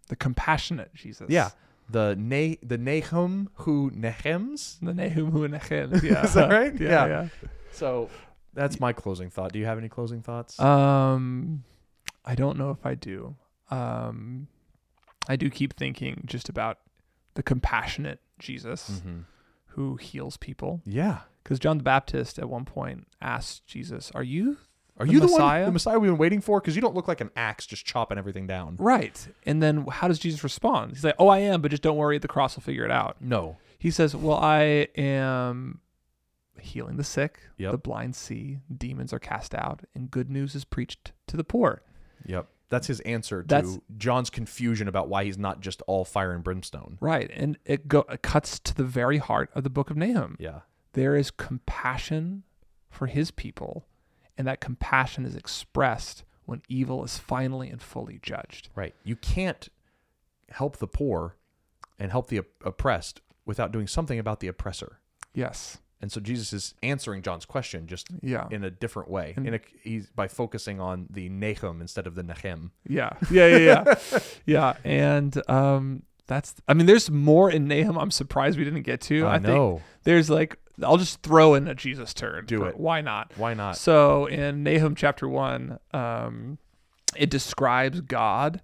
S3: The compassionate Jesus.
S1: Yeah. The ne- the Nahum who Nehems.
S3: The Nahum Huanachin. Yeah.
S1: Is that right?
S3: Yeah.
S1: Yeah.
S3: yeah.
S1: So Uh, that's my closing thought. Do you have any closing thoughts?
S3: Um, I don't know if I do. Um, I do keep thinking just about the compassionate Jesus who heals people.
S1: yeah.
S3: Because John the Baptist at one point asked Jesus, "Are you
S1: Are you the
S3: Messiah?
S1: one the Messiah we've been waiting for? Because you don't look like an axe just chopping everything down.
S3: right?" And then how does Jesus respond? He's like, "Oh, I am, but just don't worry. At the cross, I'll figure it out."
S1: No.
S3: He says, "Well, I am." Healing the sick,
S1: Yep.
S3: the blind see, demons are cast out, and good news is preached to the poor.
S1: Yep. That's his answer to
S3: That's-
S1: John's confusion about why he's not just all fire and brimstone.
S3: Right. And it, go, it cuts to the very heart of the book of Nahum.
S1: Yeah.
S3: There is compassion for his people, and that compassion is expressed when evil is finally and fully judged.
S1: Right. You can't help the poor and help the op- oppressed without doing something about the oppressor.
S3: Yes.
S1: And so Jesus is answering John's question just
S3: Yeah.
S1: in a different way. In a, he's by focusing on the Nahum instead of the Nahim.
S3: Yeah. Yeah. Yeah. Yeah. yeah. And um, that's, I mean, there's more in Nahum I'm surprised we didn't get to.
S1: I know.
S3: think there's like, I'll just throw in a Jesus turn.
S1: Do
S3: for-
S1: it.
S3: Why not?
S1: Why not?
S3: So in Nahum chapter one, um, it describes God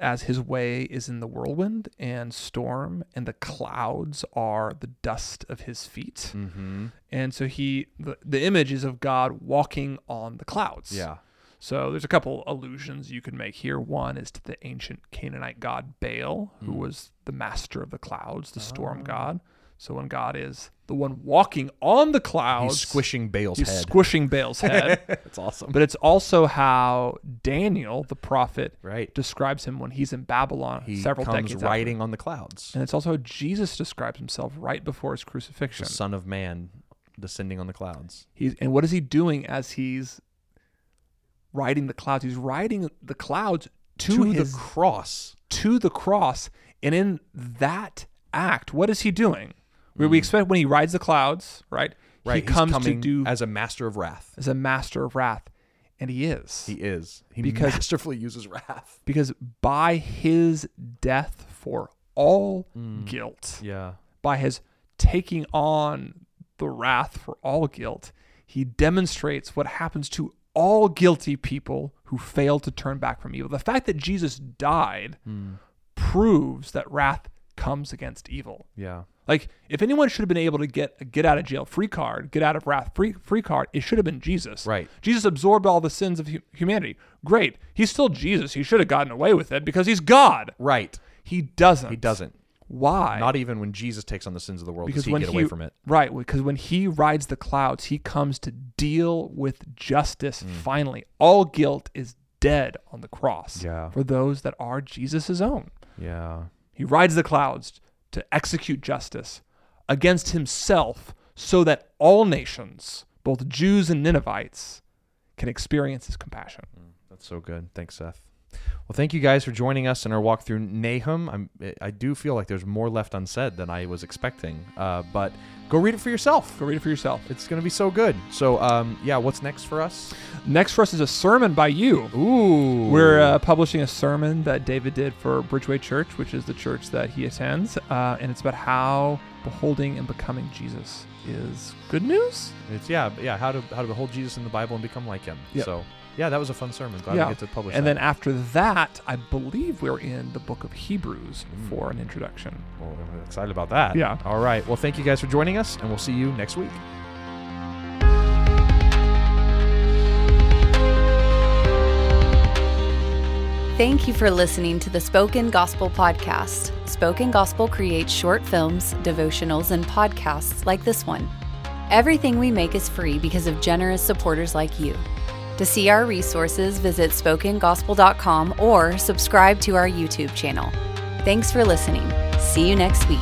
S3: as his way is in the whirlwind and storm, and the clouds are the dust of his feet.
S1: Mm-hmm.
S3: And so he, the, the image is of God walking on the clouds.
S1: Yeah.
S3: So there's a couple allusions you can make here. One is to the ancient Canaanite god Baal,
S1: Mm.
S3: who was the master of the clouds, the
S1: Ah.
S3: storm god. So when God is the one walking on the clouds,
S1: He's squishing Baal's
S3: he's
S1: head.
S3: squishing Baal's head.
S1: That's awesome.
S3: But it's also how Daniel, the prophet,
S1: Right.
S3: describes him when he's in Babylon
S1: He
S3: several
S1: comes
S3: decades after.
S1: riding on the clouds.
S3: And it's also how Jesus describes himself right before his
S1: The
S3: crucifixion.
S1: Son of Man descending on the clouds.
S3: He's, and what is he doing as he's riding the clouds? He's riding the clouds to,
S1: To
S3: his,
S1: the cross.
S3: to the cross. And in that act, what is he doing? Where we expect when he rides the clouds, right?
S1: Mm. Right.
S3: He
S1: he's
S3: comes to
S1: coming
S3: do as,
S1: as a master of wrath.
S3: a master of wrath. And he is.
S1: He is. He
S3: Because-
S1: masterfully uses wrath.
S3: because by his death for all guilt,
S1: Yeah.
S3: by his taking on the wrath for all guilt, he demonstrates what happens to all guilty people who fail to turn back from evil. The fact that Jesus died proves that wrath comes against evil.
S1: Yeah.
S3: Like, if anyone should have been able to get a get out of jail free card, get out of wrath free free card, it should have been Jesus.
S1: Right.
S3: Jesus absorbed all the sins of hu- humanity. Great. He's still Jesus. He should have gotten away with it because he's God.
S1: Right.
S3: He doesn't.
S1: He doesn't.
S3: Why?
S1: Not even when Jesus takes on the sins of the world does he get away from it.
S3: Right, because when he rides the clouds, he comes to deal with
S1: Mm.
S3: justice finally. All guilt is dead on the cross
S1: Yeah.
S3: for those that are Jesus' own.
S1: Yeah.
S3: He rides the clouds to execute justice against himself so that all nations, both Jews and Ninevites, can experience his compassion.
S1: That's so good. Thanks, Seth. Well, thank you guys for joining us in our walk through Nahum. I'm, eh, I do feel like there's more left unsaid than I was expecting, uh, but go read it for yourself.
S3: Go read it for yourself.
S1: It's going to be so good. So, um, yeah, what's next for us?
S3: Next for us is a sermon by you.
S1: Ooh.
S3: We're uh, publishing a sermon that David did for Bridgeway Church, which is the church that he attends, uh, and it's about how beholding and becoming Jesus is good news.
S1: It's, yeah, yeah. How to how to behold Jesus in the Bible and become like Him.
S3: Yep.
S1: So, yeah, that was a fun sermon. Glad
S3: Yeah.
S1: we get to publish.
S3: and
S1: that.
S3: then after that, I believe we're in the book of Hebrews for an introduction.
S1: Well, I'm excited about that.
S3: Yeah.
S1: All right. Well, thank you guys for joining us, and we'll see you next week.
S2: Thank you for listening to the Spoken Gospel Podcast. Spoken Gospel creates short films, devotionals, and podcasts like this one. Everything we make is free because of generous supporters like you. To see our resources, visit spokengospel.com or subscribe to our YouTube channel. Thanks for listening. See you next week.